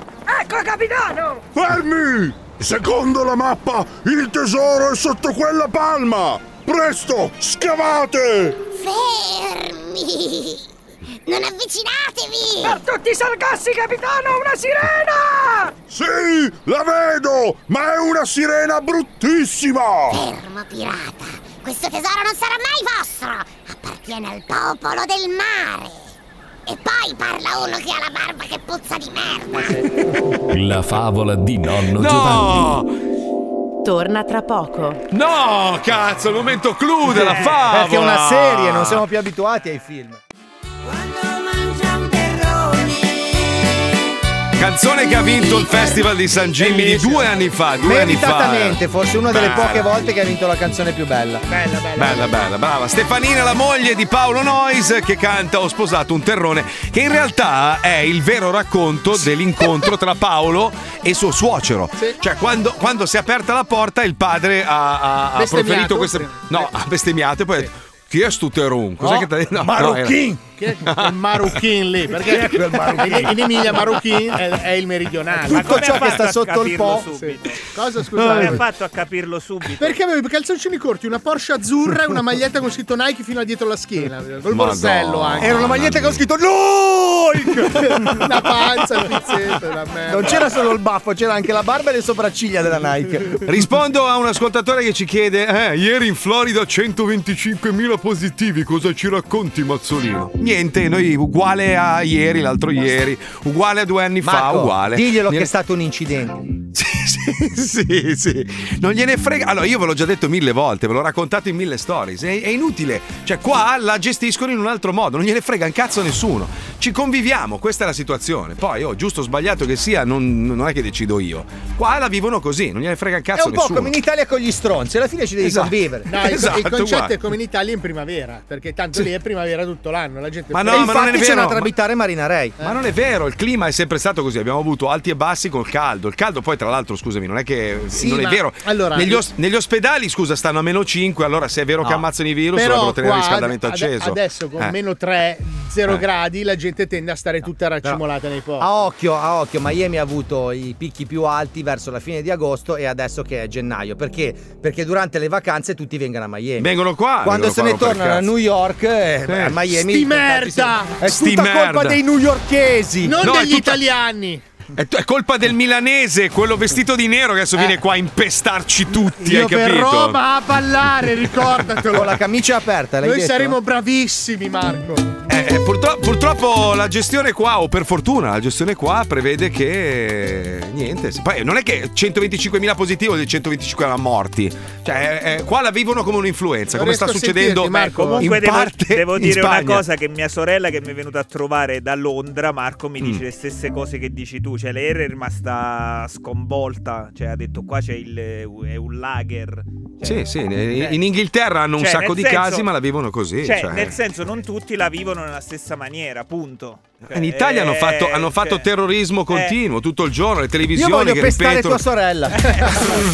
Ecco capitano! Fermi! Secondo la mappa, il tesoro è sotto quella palma! Presto, scavate! Fermi! Non avvicinatevi! Per tutti i sargassi, capitano, una sirena! Sì, la vedo! Ma è una sirena bruttissima! Fermo, pirata! Questo tesoro non sarà mai vostro! Appartiene al popolo del mare! E poi parla uno che ha la barba che puzza di merda! La favola di nonno Giovanni. Torna tra poco. No, cazzo, il momento clou della Eh, favola! Perché è una serie, non siamo più abituati ai film. Canzone che ha vinto il Festival di San Gimmi di due anni fa, due anni fa. eh. Meritatamente, forse una delle Bella. poche volte che ha vinto la canzone più bella. Bella, bella. Bella, bella, brava. Stefanina, la moglie di Paolo Noyes, che canta Ho sposato un terrone, che in realtà è il vero racconto dell'incontro tra Paolo e suo suocero. Cioè, quando, quando si è aperta la porta, il padre ha, ha- ha proferito Bestemmiato. questa. No, ha bestemmiato e poi ha detto. Chi è sto terun? Cos'è No, che te... no, Maruchin. no, Chi è quel Maruchin lì? Chi Perché è quel Maruchin? in, in Emilia Maruchin è, è il meridionale. Tutto Ma come ciò ha che sta fatto a sotto il capirlo po'. subito? Cosa Come scusate? ha fatto a capirlo subito? Perché avevo i calzoncini corti, una Porsche azzurra e una maglietta con scritto Nike fino a dietro la schiena. Col Madonna. borsello anche. Era una maglietta con scritto NOIC! la panza, il pizzetto, la merda. Non c'era solo il baffo, c'era anche la barba e le sopracciglia della Nike. Rispondo a un ascoltatore che ci chiede: eh, ieri in Florida 125.000 positivi, cosa ci racconti, Mazzolino? Niente, noi uguale a ieri, l'altro ieri, uguale a due anni fa, Marco, uguale. Diglielo che è Niente- stato un incidente. sì, sì. Non gliene frega. Allora, io ve l'ho già detto mille volte, ve l'ho raccontato in mille stories. È, è inutile. Cioè, qua la gestiscono in un altro modo, non gliene frega un cazzo a nessuno. Ci conviviamo, questa è la situazione. Poi, oh, giusto o sbagliato che sia, non, non è che decido io. Qua la vivono così, non gliene frega un È cazzo a un po' nessuno. come in Italia con gli stronzi, alla fine ci devi Esatto. convivere. No, il- Esatto, il concetto guarda. è come in Italia in primavera, perché tanto lì è primavera tutto l'anno, la gente Ma E no, ma non è infatti vero. c'è una ma- tra- Abitare Marinarei. Ma non è vero, il clima è sempre stato così, abbiamo avuto alti e bassi col caldo. Il caldo poi tra l'altro, scusami, non è che Sì, non è ma- vero. allora- negli, os- negli ospedali, scusa, stanno a meno 5, allora se è vero che No. ammazzano i virus, Però dovrebbero tenere il qua riscaldamento ad- acceso. Adesso con Eh. meno 3, 0 Eh. gradi, la gente tende a stare tutta raccimolata nei posti. A occhio, a occhio, Miami ha avuto i picchi più alti verso la fine di agosto e adesso che è gennaio. Perché? Perché durante le vacanze tutti vengono a Miami. Vengono qua, Quando vengono se qua ne a rompere il tornano a cazzo. New York, eh, Eh. a Miami. portati Sti merda! sempre- È Sti tutta colpa merda! dei newyorkesi. Non No, è degli tutta- italiani. È, è colpa del milanese, quello vestito di nero che adesso viene qua a impestarci tutti, Eh. Io hai per capito? Roma a ballare, ricordatelo. Con la camicia aperta, l'hai Noi detto? saremo bravissimi, Marco. eh, purtro- purtroppo la gestione qua, o per fortuna, la gestione qua prevede che eh, niente. se- Poi non è che 125.000 positivi o 125.000 morti. Cioè, eh, qua la vivono come un'influenza, Cioè, come sta succedendo eh, comunque in devo, parte devo in dire una Spagna. cosa che mia sorella che mi è venuta a trovare da Londra, Marco, mi Mm. dice le stesse cose che dici tu. Cioè, lei era rimasta sconvolta. Cioè, ha detto qua c'è il, è un lager. Sì, sì, eh, in Inghilterra hanno un Cioè, sacco nel di senso- casi, ma la vivono così. cioè, cioè. nel senso, non tutti la vivono nella stessa maniera, punto. Cioè, In Italia hanno eh, fatto, hanno fatto cioè, terrorismo continuo tutto il giorno, le televisioni Io voglio che pestare ripetono. tua sorella.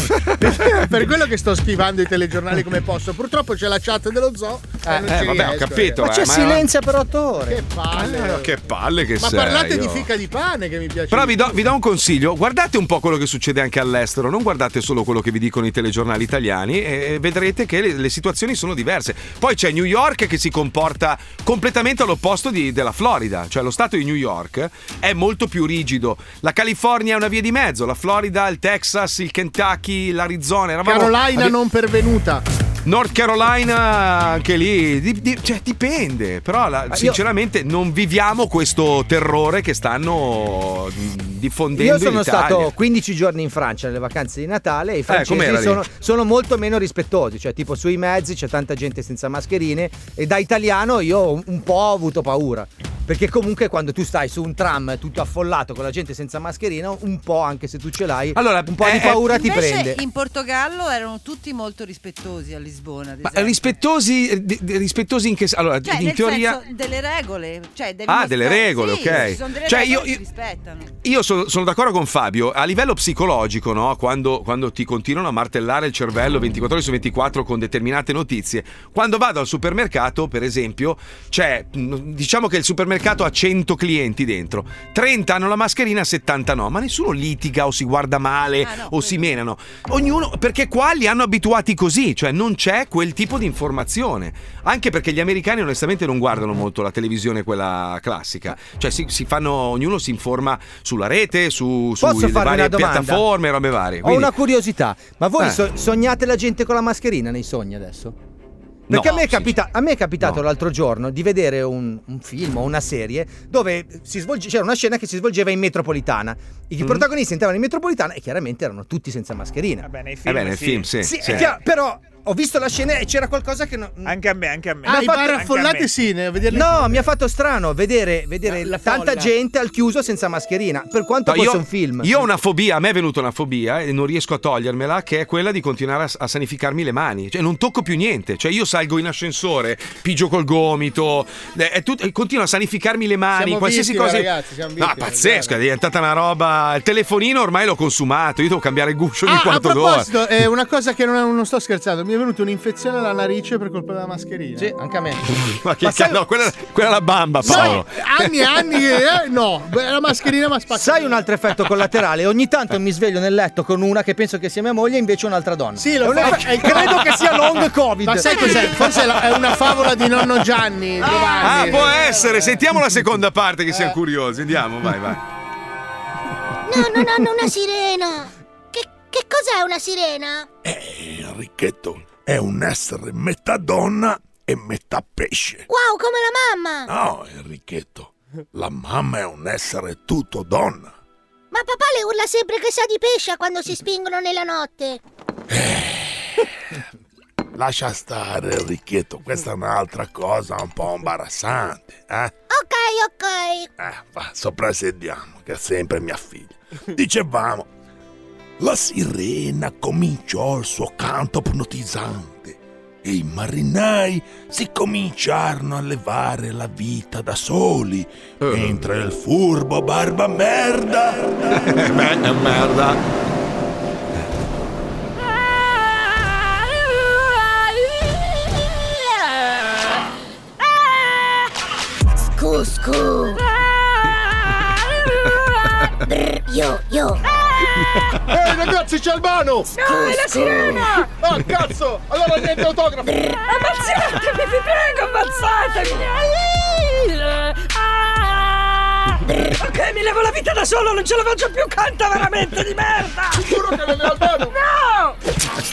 per quello che sto schivando i telegiornali come posso. Purtroppo c'è la chat dello zoo. e non eh, ci vabbè, ho riesco, capito, eh. Ma c'è eh, ma- silenzio per otto ore. Che palle. Eh, che palle che ma sei, parlate di oh. fica di pane che mi piace. Però vi do, vi do un consiglio, guardate un po' quello che succede anche all'estero, non guardate solo quello che vi dicono i telegiornali italiani e vedrete che le, le situazioni sono diverse. Poi c'è New York che si comporta completamente all'opposto di- della Florida, cioè lo stato di New York è molto più rigido. La California è una via di mezzo, la Florida, il Texas, il Kentucky, l'Arizona. eravamo- Carolina abbi- non pervenuta. North Carolina, anche lì, di- di- cioè, dipende, però la- sinceramente non viviamo questo terrore che stanno mm, diffondendo Io sono in Italia. Eh, stato 15 giorni in Francia nelle vacanze di Natale e i francesi com'era lì? sono, sono molto meno rispettosi, cioè tipo sui mezzi c'è tanta gente senza mascherine e da italiano io un- un po' ho avuto paura. Perché comunque quando tu stai su un tram tutto affollato con la gente senza mascherina, un po' anche se tu ce l'hai, Allora, un po' eh, di eh, paura ti Invece prende. in Portogallo erano tutti molto rispettosi a Lisbona. ad Ma esempio. rispettosi, eh, di- di- rispettosi in che s- allora, Cioè, in nel teoria. senso delle regole. Cioè, devi Ah, delle mostrare- regole, sì, ok. Ci sono delle Cioè, regole io- che io- si rispettano. Io sono, sono d'accordo con Fabio, a livello psicologico, no? quando, quando ti continuano a martellare il cervello 24 ore su 24 con determinate notizie, quando vado al supermercato, per esempio, c'è, mh, diciamo che il supermercato ha 100 clienti dentro, 30 hanno la mascherina, 70 no, ma nessuno litiga o si guarda male o si menano, ognuno, perché qua li hanno abituati così, cioè non c'è quel tipo di informazione, anche perché gli americani onestamente non guardano molto la televisione quella classica, cioè si, si fanno, ognuno si informa sulla rete, su, su Posso le farvi varie una domanda? piattaforme, robe varie. Ho Quindi- una curiosità, ma voi Eh. so- sognate la gente con la mascherina nei sogni adesso? Perché No, a, me è capita- a me è capitato l'altro giorno di vedere un, un film o una serie dove si svolge- c'era una scena che si svolgeva in metropolitana. I Mhm. protagonisti entravano in metropolitana e chiaramente erano tutti senza mascherina. Vabbè, nei Eh beh, nel film, sì. Sì, sì. è chiaro, però ho visto la scena e c'era qualcosa che. Anche a me, anche a me. Ah, i bar affollati sì, ne- vederli- No, mi ha fatto strano vedere, vedere tanta gente al chiuso senza mascherina. Per quanto No, fosse io, un film. io ho una fobia, a me è venuta una fobia e non riesco a togliermela, che è quella di continuare a, a sanificarmi le mani. Cioè, non tocco più niente. Cioè, io salgo in ascensore, pigio col gomito, eh, è tutto- e continuo a sanificarmi le mani, Siamo qualsiasi vittime, cosa. ragazzi, siamo no, vittime, pazzesco, è diventata una roba. Il telefonino ormai l'ho consumato, io devo cambiare il guscio ogni Ah, a quarto d'ora. proposito, è una cosa che non, non sto scherzando, mi è venuta un'infezione alla narice per colpa della mascherina. Sì, anche a me. Ma che cazzo, no, quella, quella è la bamba, Paolo. anni e anni che- eh, no, beh, la mascherina mi ha spaccato. Sai un altro effetto collaterale? Ogni tanto mi sveglio nel letto con una che penso che sia mia moglie, invece è un'altra donna. Sì, lo È un fa- eff- e credo che sia long covid. Ma sai cos'è? Forse è la- è una favola di nonno Gianni. Ah, Giovanni. può essere, sentiamo la seconda parte che siamo curiosi. Andiamo, vai, vai. No, non hanno una sirena. Che, che cos'è una sirena? Enrichetto è un essere metà donna e metà pesce. Wow, come la mamma! No, Enrichetto, la mamma è un essere tutto donna. Ma papà le urla sempre che sa di pesce quando si spingono nella notte. Lascia stare, Enrichetto, questa è un'altra cosa un po' imbarazzante, eh? Ok, ok. Va, soprasediamo, che è sempre mia figlia. Dicevamo, la sirena cominciò il suo canto ipnotizzante e i marinai si cominciarono a levare la vita da soli, mentre il furbo barba merda... merda... Cusco. Brr, Yo, yo. Ehi ragazzi c'è il mano! No, è la sirena! Ah cazzo! Allora niente autografo! Ammazzatemi, vi prego, ammazzatemi! Ok, mi levo la vita da solo, non ce la faccio più, canta veramente di merda! Giuro che non è No!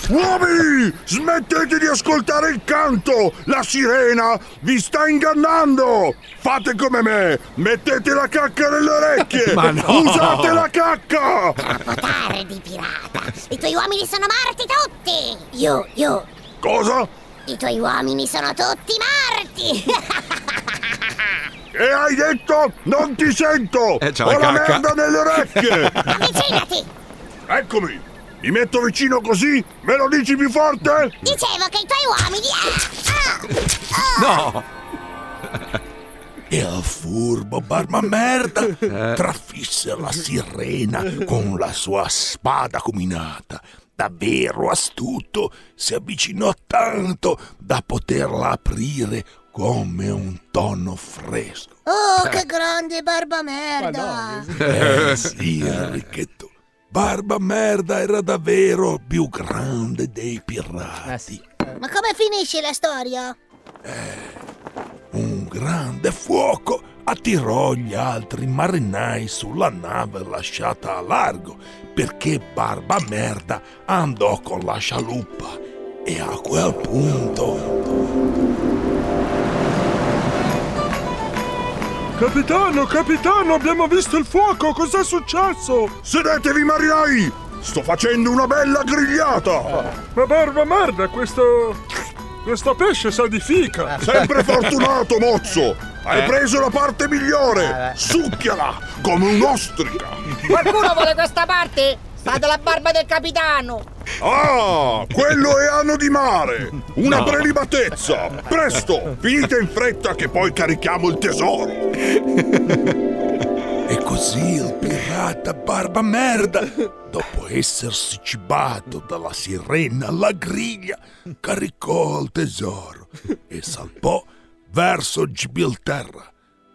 Uomini, smettete di ascoltare il canto! La sirena vi sta ingannando! Fate come me! Mettete la cacca nelle orecchie! Ma no! Usate la cacca! Tardi, pirata! I tuoi uomini sono morti tutti! Io, io! Cosa? I tuoi uomini sono tutti morti! E hai detto non ti sento! Eh, c'ha Ho la la cacca. merda nelle orecchie! Avvicinati! Eccomi! Mi metto vicino così? Me lo dici più forte? Dicevo che i tuoi uomini. No! E il furbo barba merda trafisse la sirena con la sua spada cuminata. Davvero astuto, si avvicinò tanto da poterla aprire come un tono fresco. Oh, che grande barba merda! Eh sì, Enrichetto. Barba merda era davvero più grande dei pirati. Ma come finisce la storia? Un grande fuoco attirò gli altri marinai sulla nave lasciata a largo perché Barba Merda andò con la scialuppa e a quel punto Capitano, capitano, abbiamo visto il fuoco, cos'è successo? Sedetevi marinai! Sto facendo una bella grigliata! Ma barba merda, questo. questo pesce sa di fica! Sempre fortunato, mozzo! Hai Eh. preso la parte migliore! Succhiala come un'ostrica! Qualcuno vuole questa parte? State la barba del capitano! Ah, quello è anno di mare! Una No. prelibatezza! Presto, finite in fretta che poi carichiamo il tesoro! E così il pirata Barba Merda, dopo essersi cibato dalla sirena alla griglia, caricò il tesoro e salpò verso Gibilterra,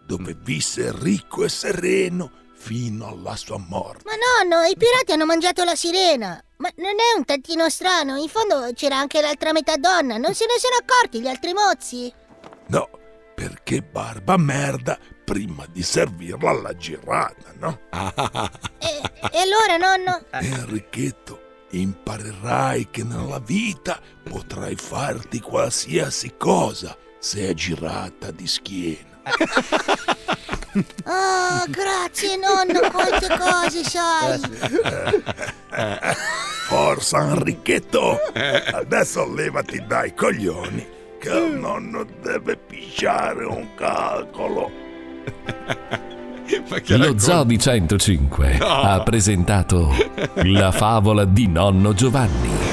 dove visse ricco e sereno fino alla sua morte. Ma nonno, i pirati hanno mangiato la sirena! Ma non è un tantino strano? In fondo c'era anche l'altra metà donna, non se ne sono accorti gli altri mozzi! No, perché Barba Merda prima di servirla alla girata, no? E allora, nonno? Enrichetto, imparerai che nella vita potrai farti qualsiasi cosa se è girata di schiena. Oh, grazie nonno, quante cose sai! Eh, Forza Enrichetto, adesso levati dai coglioni che il nonno deve pisciare un calcolo. Lo Zobi 105 No. ha presentato la favola di nonno Giovanni.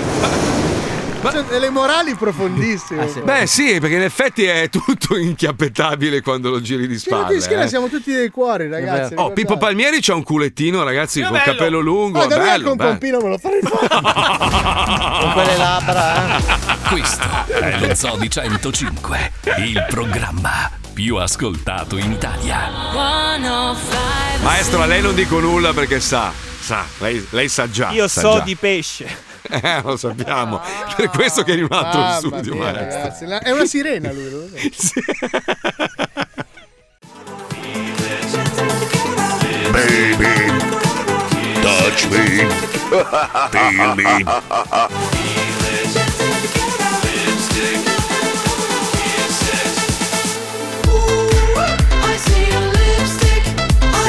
Cioè, delle morali Ah, profondissime. Beh, sì, perché in effetti è tutto inchiappettabile quando lo giri di Sì, spalle. di schiena eh. siamo tutti dei cuori, ragazzi. Oh, Pippo Palmieri c'ha un culettino, ragazzi, con capello lungo. Oh, da me bello, con bello. Pompino me lo farei fare. Ah. Con quelle labbra, eh. Questo è lo Zobi 105, il programma più ascoltato in eh. Italia. Maestro, a lei non dico nulla perché sa, sa, lei, lei sa già. Io sa so già. di pesce. Eh, lo sappiamo. Per questo che è in un altro Mamma studio, mia, maestro. ragazzi, la- È una sirena lui. lo so. Baby, touch me, feel me.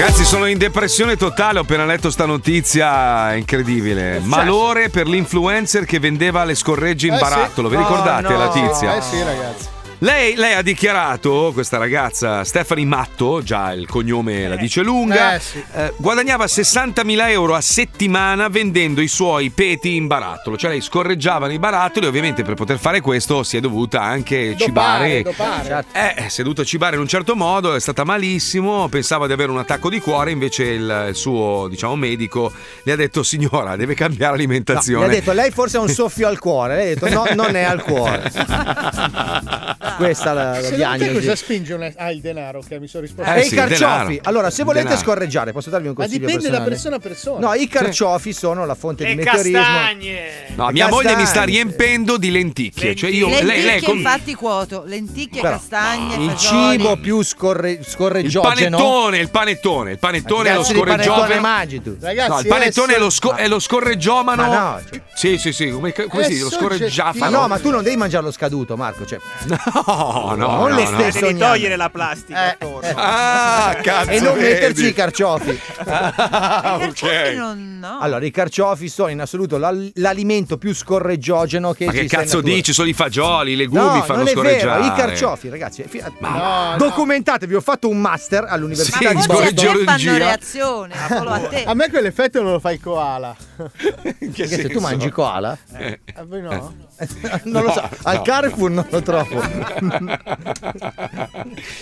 Ragazzi, sono in depressione totale. Ho appena letto sta notizia incredibile. Malore per l'influencer che vendeva le scorregge in Eh, sì. barattolo. Vi Oh, ricordate no. la tizia? Eh sì, ragazzi. Lei, lei ha dichiarato, questa ragazza, Stephanie Matto, già il cognome la dice lunga, Eh, sì. eh, guadagnava 60.000 euro a settimana vendendo i suoi peti in barattolo. Cioè lei scorreggiava nei barattoli, ovviamente per poter fare questo si è dovuta anche cibare. Eh, è seduta a cibare in un certo modo, è stata malissimo, pensava di avere un attacco di cuore, invece il, il suo, diciamo, medico le ha detto signora, deve cambiare No, alimentazione. le ha detto, lei forse ha un soffio al cuore. Lei ha detto, no, non è al cuore. Questa è la, la Secondo te diagnosi. cosa spinge un... Ah, il denaro, ok, mi sono risposto. Eh, e i carciofi. Allora, se volete scorreggiare, posso darvi un Ma consiglio dipende da personale? persona a persona. No, i carciofi sono la fonte di meteorismo. No, mia Castagne. moglie mi sta riempendo di lenticchie. Cioè io, lei, lenticchie lei è con- infatti cuoto, lenticchie, Però, castagne, Il fagioli. cibo più scorre- il scorreggiogeno. panettone, il panettone, il panettone è lo Ragazzi, il panettone scorreggiovano. mangi tu. no, Ragazzi, il panettone adesso- è lo, sco- è lo scorreggiomano. Ma no, Sì, sì, sì, come, come si dice? Lo Ma scorreggiafano. no, ma tu non devi mangiarlo scaduto, Marco. Cioè, No, no, non no, le no. stesse Ah, Devi ogni anno. togliere la plastica attorno. Ah, cazzo, Eh. e non vedi? metterci i carciofi. Ah, ok. Allora, i carciofi sono in assoluto l'al- l'alimento più scorreggiogeno che Ma che esiste in cazzo natura. dici? Sono i fagioli, i legumi No, fanno non è scorreggiare. vero, i carciofi, ragazzi. fi- Ma- No, Documentatevi, ho fatto un master all'università Sì, di scusa, Boston. Giorgia. fanno reazione, ma solo a te. A me quell'effetto non lo fa il koala. Che se tu mangi koala? A voi Eh, no? non lo so, No, al no. Carrefour non lo trovo.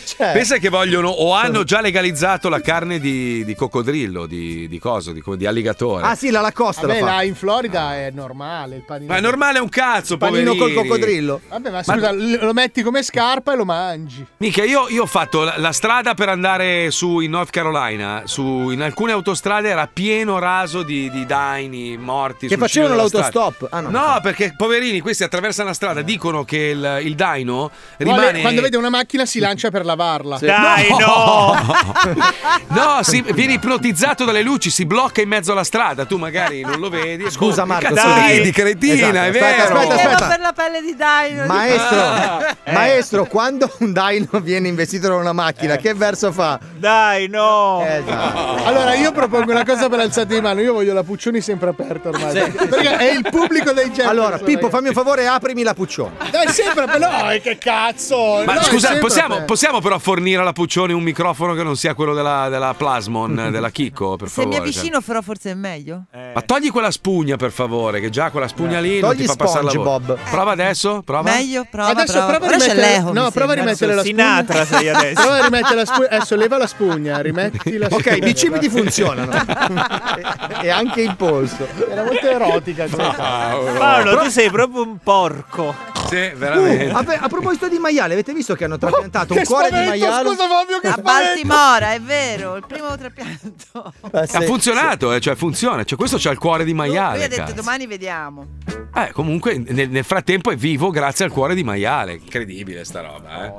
Cioè- Pensa che vogliono o hanno già legalizzato la carne di, di coccodrillo, di, di coso, di, co- di alligatore. Ah sì, la Lacosta lo Vabbè, fa. là in Florida è normale il panino. Ma è normale è un cazzo, panino poverini. col coccodrillo. Vabbè, ma scusa, l- lo metti come scarpa e lo mangi. Mica, io, io ho fatto la, la strada per andare su in North Carolina. Su, in alcune autostrade era pieno raso di, di daini morti. Che sul ciglio facevano della strada. l'autostop. Ah, no. No, perché poverini, questi attraversano la strada, dicono che il, il daino rimane. Vuole- Quando vede una macchina si lancia per lavarla. Sì. no! no, si viene ipnotizzato dalle luci, si blocca in mezzo alla strada, tu magari non lo vedi. Scusa, Oh, Marco, cazzo scusa. ridi, cretina, è Esatto, aspetta, vero. aspetta, Tema aspetta. Eh, per la pelle di Dino. Maestro, Ah. maestro, quando un daino viene investito da una macchina, che verso fa? Eh. Dai, no! Eh, esatto. Allora io propongo una cosa per alzate di mano, io voglio la Puccioni sempre aperta ormai. Sì. Perché è il pubblico dei Jefferson. Allora, Pippo, ragazzi. fammi un favore, aprimi la puccione. Dai, sempre però no, eh, che cazzo! Ma No, scusa, sempre possiamo, aperta. possiamo però fornire alla Puccioni un microfono che non sia quello della, della Plasmon, della Chicco, per Se mi favore? avvicino però forse è meglio. cioè. Ma togli quella spugna, per favore, che già quella spugna lì non Togli ti fa passare la Sponge, voce. Bob. Prova adesso, prova. Meglio, prova, Adesso prova. prova a Ora c'è rimettere, l'eco, no, mi prova a sembra. rimettere la spugna. Sinatra sei adesso. Prova a rimettere la spugna. Adesso leva la spugna, rimetti la spugna. Ok, i bicipiti funzionano. e, e anche il polso. Era molto erotica. cioè. Paolo, Paolo, tu sei proprio un porco. Sì, veramente. Uh, a, a proposito di maiale, avete visto che hanno Oh, trapiantato un cuore di maiale? Fabio, A Baltimora, è vero, il primo trapianto. Eh, sì. Ha funzionato, eh, cioè funziona. Cioè, questo c'ha il cuore di Lui maiale. ha detto cazzo. domani vediamo. Eh, comunque, nel, nel frattempo è vivo grazie al cuore di maiale. Incredibile sta roba, eh.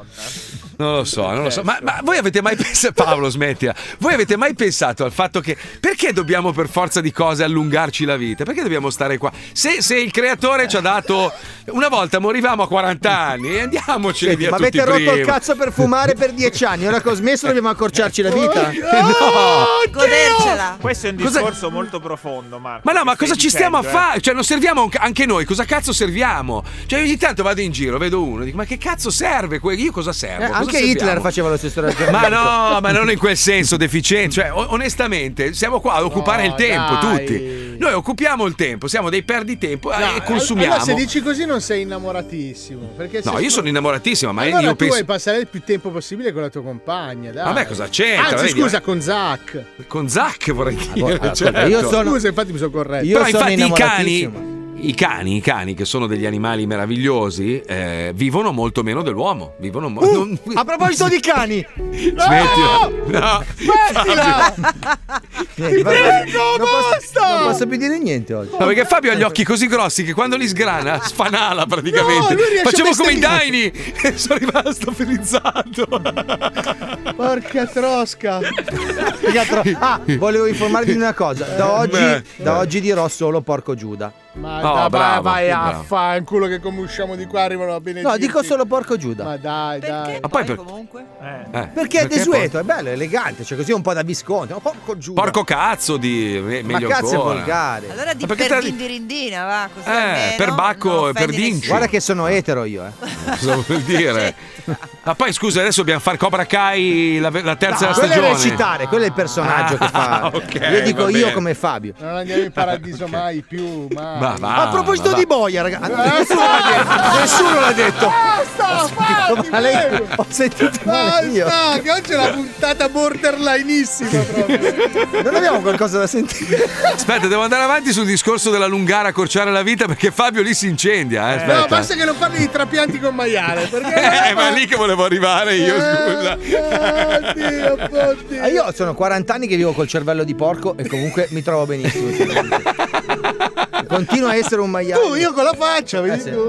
Non lo so, non lo so. Ma, ma voi avete mai pensato, Paolo, smettila. Voi avete mai pensato al fatto che perché dobbiamo per forza di cose allungarci la vita? Perché dobbiamo stare qua? Se, se il creatore ci ha dato una volta morivamo a 40 anni e andiamoci Senti, via ma tutti avete rotto prima. il cazzo per fumare per dieci anni. Ora che ho smesso dobbiamo accorciarci la vita. No! Oh, Godercela. Questo è un Cosa- discorso molto profondo, Marco. Ma no, ma che cosa stai ci stiamo a dicendo, eh. fare? Cioè, non serviamo anche- anche noi? Cosa cazzo serviamo? Cioè, ogni tanto vado in giro, vedo uno, dico, ma che cazzo serve? que- Io cosa servo? Eh, Cosa anche serviamo? Hitler faceva lo stesso Ma ragionamento. no, ma non in quel senso deficiente. Cioè, o- onestamente, siamo qua ad occupare No, il tempo, dai. tutti. Noi occupiamo il tempo, siamo dei perditempo eh, e consumiamo. Allora, se dici così non sei innamoratissimo. Perché se No, io sono innamoratissimo, ma Allora io tu vuoi penso. passare il più tempo possibile con la tua compagna, dai. Vabbè, cosa c'entra? Anzi, Vedi, scusa, con Zach. Con Zac vorrei dire. allora, certo. Ah, boh, io sono- Scusa, infatti mi sono corretto. Io Però sono infatti i innamoratissimo. cani, i cani, i cani, che sono degli animali meravigliosi, eh, vivono molto meno dell'uomo. Vivono mo- non- Uh, A proposito di cani, smettila. No, Smettila! Fabio. Niente, va bene. Prego, non, posso, basta! non posso più dire niente oggi. No, perché Fabio ha gli occhi così grossi che quando li sgrana sfanala praticamente. No, lui riesce a Facevo come i daini bestemmiare. e sono rimasto felizzato. Porca trosca. Più che altro- Ah, volevo informarvi di una cosa. Da oggi, Eh, Beh. da oggi dirò solo porco Giuda. Ma No, dai, bravo, vai a bravo. fanculo che come usciamo di qua arrivano a benedire. No, dico solo porco Giuda. Ma dai, dai. Ma poi per- comunque. Eh. Eh, Perché è poi- desueto, è bello, è elegante, cioè così è un po' da visconti. No, porco Giuda. Porco cazzo di me- Ma meglio cazzo è ancora. volgare. Allora di Ah, Ma perché te- perdindirindina, va, così Eh, almeno per Bacco non e per offendi Dinci. Guarda che sono etero io, eh. Cosa vuol dire? Ma poi scusa, adesso dobbiamo far Cobra Kai la, la terza No, quello stagione. Ah, è recitare, quello è il personaggio che fa. Ah, ok, io dico va io bene. come Fabio. Non andiamo in paradiso mai più, mai. Ma va, Ah, A proposito ma Ah, va. di boia, ragazzi, Eh, nessuno l'ha detto. Nessuno l'ha detto. Basta, fatti, Ma lei prego. ho sentito male io. Basta, che oggi è una puntata borderlineissima proprio. Non abbiamo qualcosa da sentire. Aspetta, devo andare avanti sul discorso della lungara accorciare la vita perché Fabio lì si incendia. Eh, aspetta. No, basta che non parli di trapianti con maiale, perché Eh, ma è lì che volevo arrivare io, Eh. scusa. oh, Ah, io sono 40 anni che vivo col cervello di porco e comunque mi trovo benissimo. Continuo a essere un maiale. Eh, Tu, io con la faccia, vedi tu.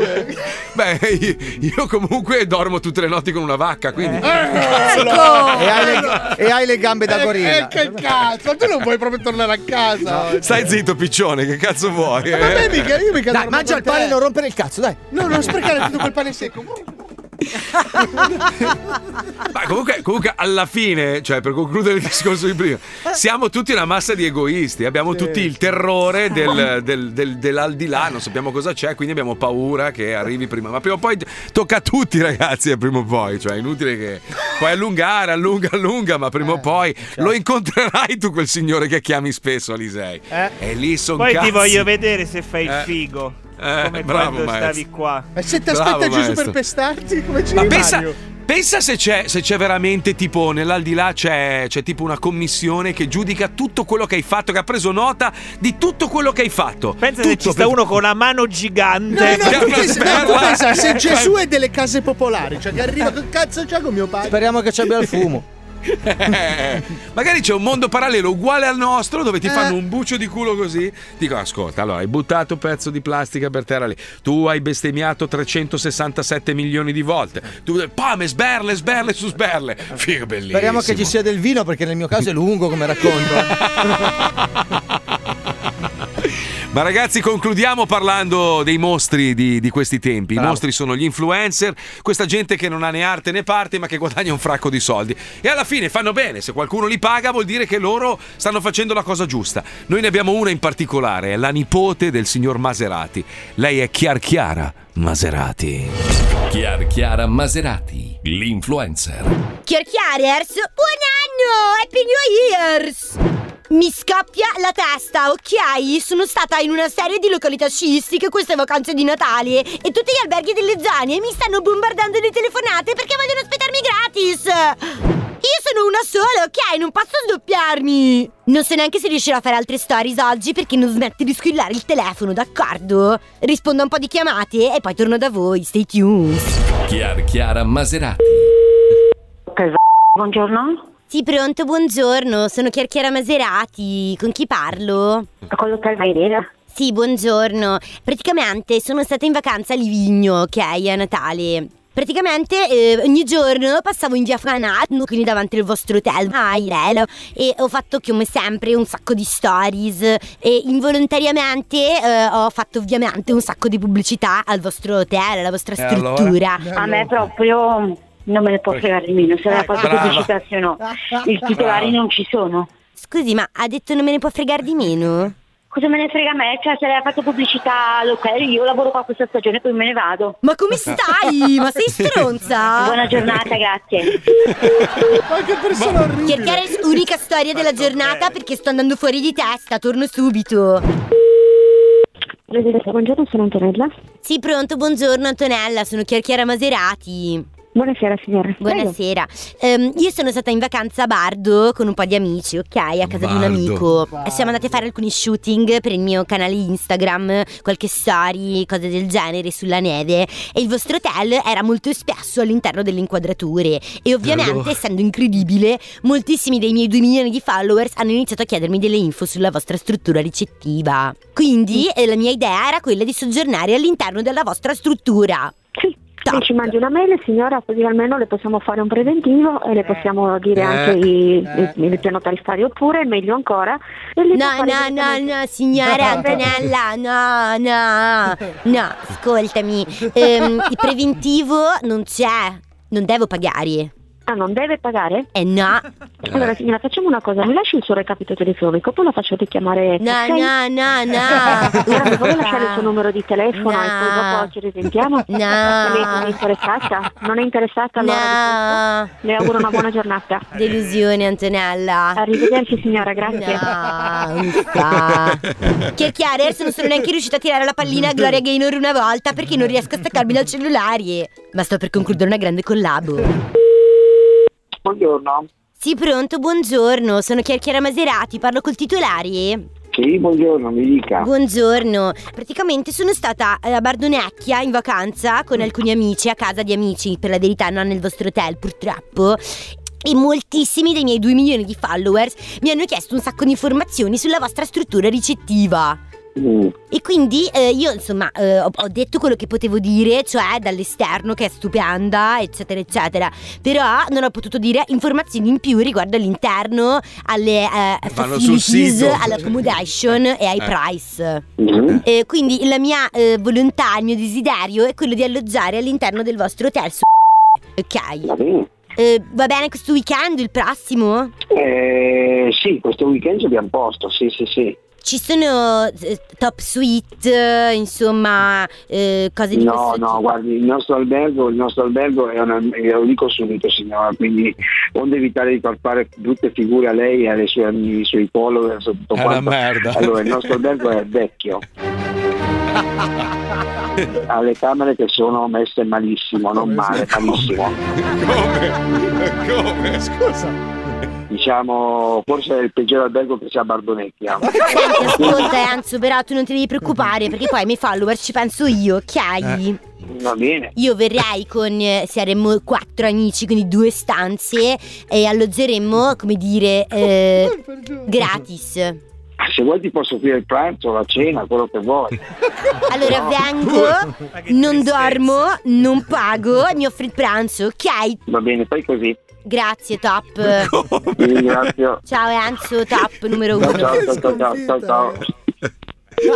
Beh, io, io comunque dormo tutte le notti con una vacca, quindi. E hai le, e hai le gambe da Ecco. Eh, gorilla. eh, che cazzo, ma tu non vuoi proprio tornare a casa. Stai zitto, piccione, che cazzo vuoi? eh? Ma a me mica, io mica Dai, mangia il pane e non rompere il cazzo, dai. No, non sprecare tutto quel pane secco. Ma comunque, comunque, alla fine, cioè, per concludere il discorso di prima, siamo tutti una massa di egoisti. Abbiamo tutti il terrore del- del- del- dell'aldilà, non sappiamo cosa c'è, quindi abbiamo paura che arrivi prima. Ma prima o poi tocca a tutti, ragazzi, eh, prima o poi. Cioè, è inutile che puoi allungare, allunga, allunga, ma Eh, prima o poi certo. lo incontrerai tu quel signore che chiami spesso Alisei. Eh. E lì sono Poi cazzi. ti voglio vedere se fai il Eh. figo. Eh, come bravo, quando maestro. stavi qua. Ma se ti aspetta Bravo, Gesù per maestro. pestarti, come ci Ma rimani? pensa, pensa se, c'è, se c'è veramente tipo nell'aldilà c'è, c'è tipo una commissione che giudica tutto quello che hai fatto, che ha preso nota di tutto quello che hai fatto. Pensa se ci sta uno con la mano gigante. No, no, tu pensa, no, tu pensa, Cioè, Eh, se Gesù è delle case popolari, cioè che arriva che cazzo c'è con mio padre. Speriamo che ci abbia il fumo. Eh, magari c'è un mondo parallelo uguale al nostro dove ti Eh. fanno un bucio di culo così. Dico, ascolta, allora hai buttato pezzo di plastica per terra lì. Tu hai bestemmiato 367 milioni di volte. Tu, pame, sberle, sberle su sberle. Figo, bellissimo. Speriamo che ci sia del vino perché nel mio caso è lungo come racconto. Ma ragazzi, concludiamo parlando dei mostri di, di questi tempi. I mostri sono gli influencer, questa gente che non ha né arte né parte, ma che guadagna un fracco di soldi. E alla fine fanno bene, se qualcuno li paga vuol dire che loro stanno facendo la cosa giusta. Noi ne abbiamo una in particolare, è la nipote del signor Maserati. Lei è Chiar Chiara Maserati. Chiar Chiara Maserati, l'influencer. Chiarchiariers, buon anno! Happy New Years! Mi scoppia la testa, ok? Sono stata in una serie di località sciistiche queste vacanze di Natale e tutti gli alberghi delle zone mi stanno bombardando di telefonate perché vogliono ospitarmi gratis! Io sono una sola, ok? Non posso sdoppiarmi! Non so neanche se riuscirò a fare altre stories oggi perché non smette di squillare il telefono, d'accordo? Rispondo a un po' di chiamate e poi torno da voi, stay tuned! Chiar Chiara Maserati. Esatto. Buongiorno. Sì, pronto, buongiorno. Sono Chiarchiera Maserati. Con chi parlo? Con l'hotel Mairena. Sì, buongiorno. Praticamente sono stata in vacanza a Livigno, ok, a Natale. Praticamente eh, ogni giorno passavo in via Fanat, quindi davanti al vostro hotel, a Irelo, e ho fatto come sempre un sacco di stories e involontariamente eh, ho fatto ovviamente un sacco di pubblicità al vostro hotel, alla vostra E allora? struttura. A me Eh, proprio non me ne può fregare il meno se la faccio Brava. pubblicità sì o no. I titolari Brava. non ci sono. Scusi, ma ha detto non me ne può fregare di meno? Cosa me ne frega a me? Cioè, se lei ha fatto pubblicità all'hotel, io lavoro qua questa stagione e poi me ne vado. Ma come stai? Ma sei stronza? Buona giornata, grazie. Ma che persona orribile! Cercare unica storia della giornata perché sto andando fuori di testa, torno subito. Buongiorno, sono Antonella. Sì, pronto, buongiorno Antonella, sono Chiarchiara Maserati. Buonasera, signora. Buonasera. Ehm, io sono stata in vacanza a Bardo con un po' di amici, ok, a casa di un Bardo. amico. Siamo andati a fare alcuni shooting per il mio canale Instagram, qualche story, cose del genere sulla neve. E il vostro hotel era molto espresso all'interno delle inquadrature. E ovviamente, Allora. essendo incredibile, moltissimi dei miei 2 milioni di followers hanno iniziato a chiedermi delle info sulla vostra struttura ricettiva. Quindi Mm. eh, la mia idea era quella di soggiornare all'interno della vostra struttura. Lei ci mandi una mail, signora, così almeno le possiamo fare un preventivo e le possiamo dire Eh. anche i- Eh. il piano tariffario, oppure, meglio ancora, e le può No, fare no, no, direttamente- no, Ah, signora Antonella, no, no, no, ascoltami, Ehm, il preventivo non c'è, non devo pagare. Ah, non deve pagare? Eh no. Allora signora, facciamo una cosa, mi lasci il suo recapito telefonico, poi la faccio richiamare. No, ok? no, no, no. Signora, vuole lasciare il suo numero di telefono No. e poi dopo ci risentiamo? No. Lei non è interessata? Non è interessata allora? di questo? Le auguro una buona giornata. Delusione, Antonella. Arrivederci signora, grazie. Ah. Che chiaro, adesso non sono neanche riuscita a tirare la pallina a Gloria Gaynor una volta perché non riesco a staccarmi dal cellulare. Ma sto per concludere una grande collabo. Buongiorno. Sì, pronto, buongiorno. Sono Chiar Chiara Maserati, parlo col titolare. Sì, buongiorno, mi dica. Buongiorno, praticamente sono stata eh, a Bardonecchia in vacanza con alcuni amici, a casa di amici, per la verità non nel vostro hotel purtroppo. E moltissimi dei miei 2 milioni di followers mi hanno chiesto un sacco di informazioni sulla vostra struttura ricettiva. Mm, E quindi eh, io insomma eh, ho, ho detto quello che potevo dire, cioè dall'esterno che è stupenda, eccetera, eccetera. Però non ho potuto dire informazioni in più riguardo all'interno, alle eh, Vanno sul facilities, sito. all'accommodation e ai Eh. price. mm. Eh, quindi la mia eh, volontà, il mio desiderio è quello di alloggiare all'interno del vostro hotel. su- Va Ok. bene. Eh, va bene questo weekend, il prossimo? Eh, sì, questo weekend ci abbiamo posto, sì, sì, sì. Ci sono eh, top suite, eh, insomma, eh, cose di No, questo no, tipo. guardi, il nostro albergo, il nostro albergo è una, glielo dico subito signora, quindi onde evitare di far fare brutte figure a lei e alle sue, ai suoi follower e tutto È una quanto. merda. Allora, il nostro albergo è vecchio. Ha le camere che sono messe malissimo, non male, malissimo. Come? Come? Scusa. Diciamo, forse è il peggior albergo che c'è a Bardonecchia. Senti, ascolta, eh, Anzo, però tu non ti devi preoccupare perché poi ai miei follower ci penso io, ok? Eh, Va bene. Io verrei con, eh, saremmo quattro amici, quindi due stanze e alloggeremmo, come dire, eh, gratis. Ah, Se vuoi ti posso offrire il pranzo, la cena, quello che vuoi. Allora vengo, non dormo, non pago e mi offri il pranzo, ok? Va bene, fai così. Grazie, top. Ti ringrazio. Ciao Enzo, top numero Ciao, uno. ciao, ciao, ciao, ciao, ciao, ciao.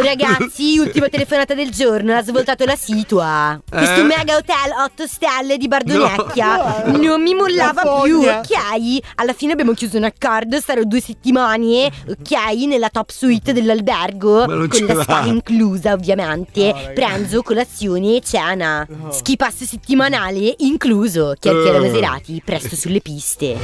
Ragazzi, ultima telefonata del giorno, ha svoltato la situa. Questo Eh? mega hotel 8 stelle di Bardonecchia No. non mi mollava La più, fogna. ok? Alla fine abbiamo chiuso un accordo, sarò due settimane, ok? Nella top suite dell'albergo, Ma non con ce la l'ha. spa inclusa ovviamente, pranzo, colazione e cena. Schipasso settimanale incluso, chiacchiere Oh. Eh. maserati, presto sulle piste.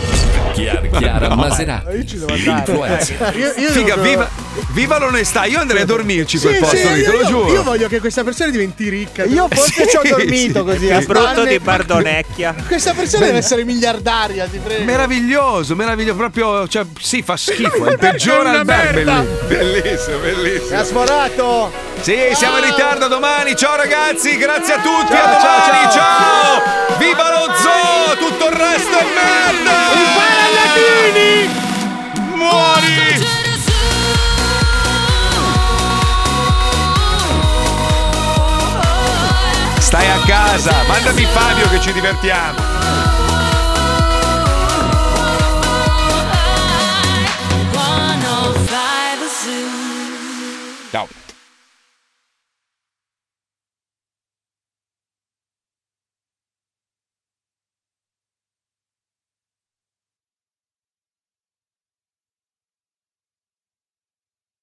Chiara, Chiara Maserati. Io ci devo andare. Eh, Influencer. Io- io Figa, devo- viva, viva l'onestà, io andrei a dormirci Sì, quel posto sì, lì, io, te lo io- giuro. io voglio che questa persona diventi ricca. Io forse Sì, ci ho dormito sì. così, eh. a Il brutto spalle. di Bardonecchia. Questa persona deve essere miliardaria, ti prego. Meraviglioso, meraviglioso, proprio, cioè, sì, fa schifo, è il peggiore È una merda. albergo. lì. Bellissimo, bellissimo. Mi ha sforato. Sì, siamo in ritardo domani. Ciao ragazzi, grazie a tutti. a Ciao, ciao, domani, ciao. ciao. Viva lo zoo, tutto il resto è merda. Muori! Stai a casa, mandami Fabio che ci divertiamo. oh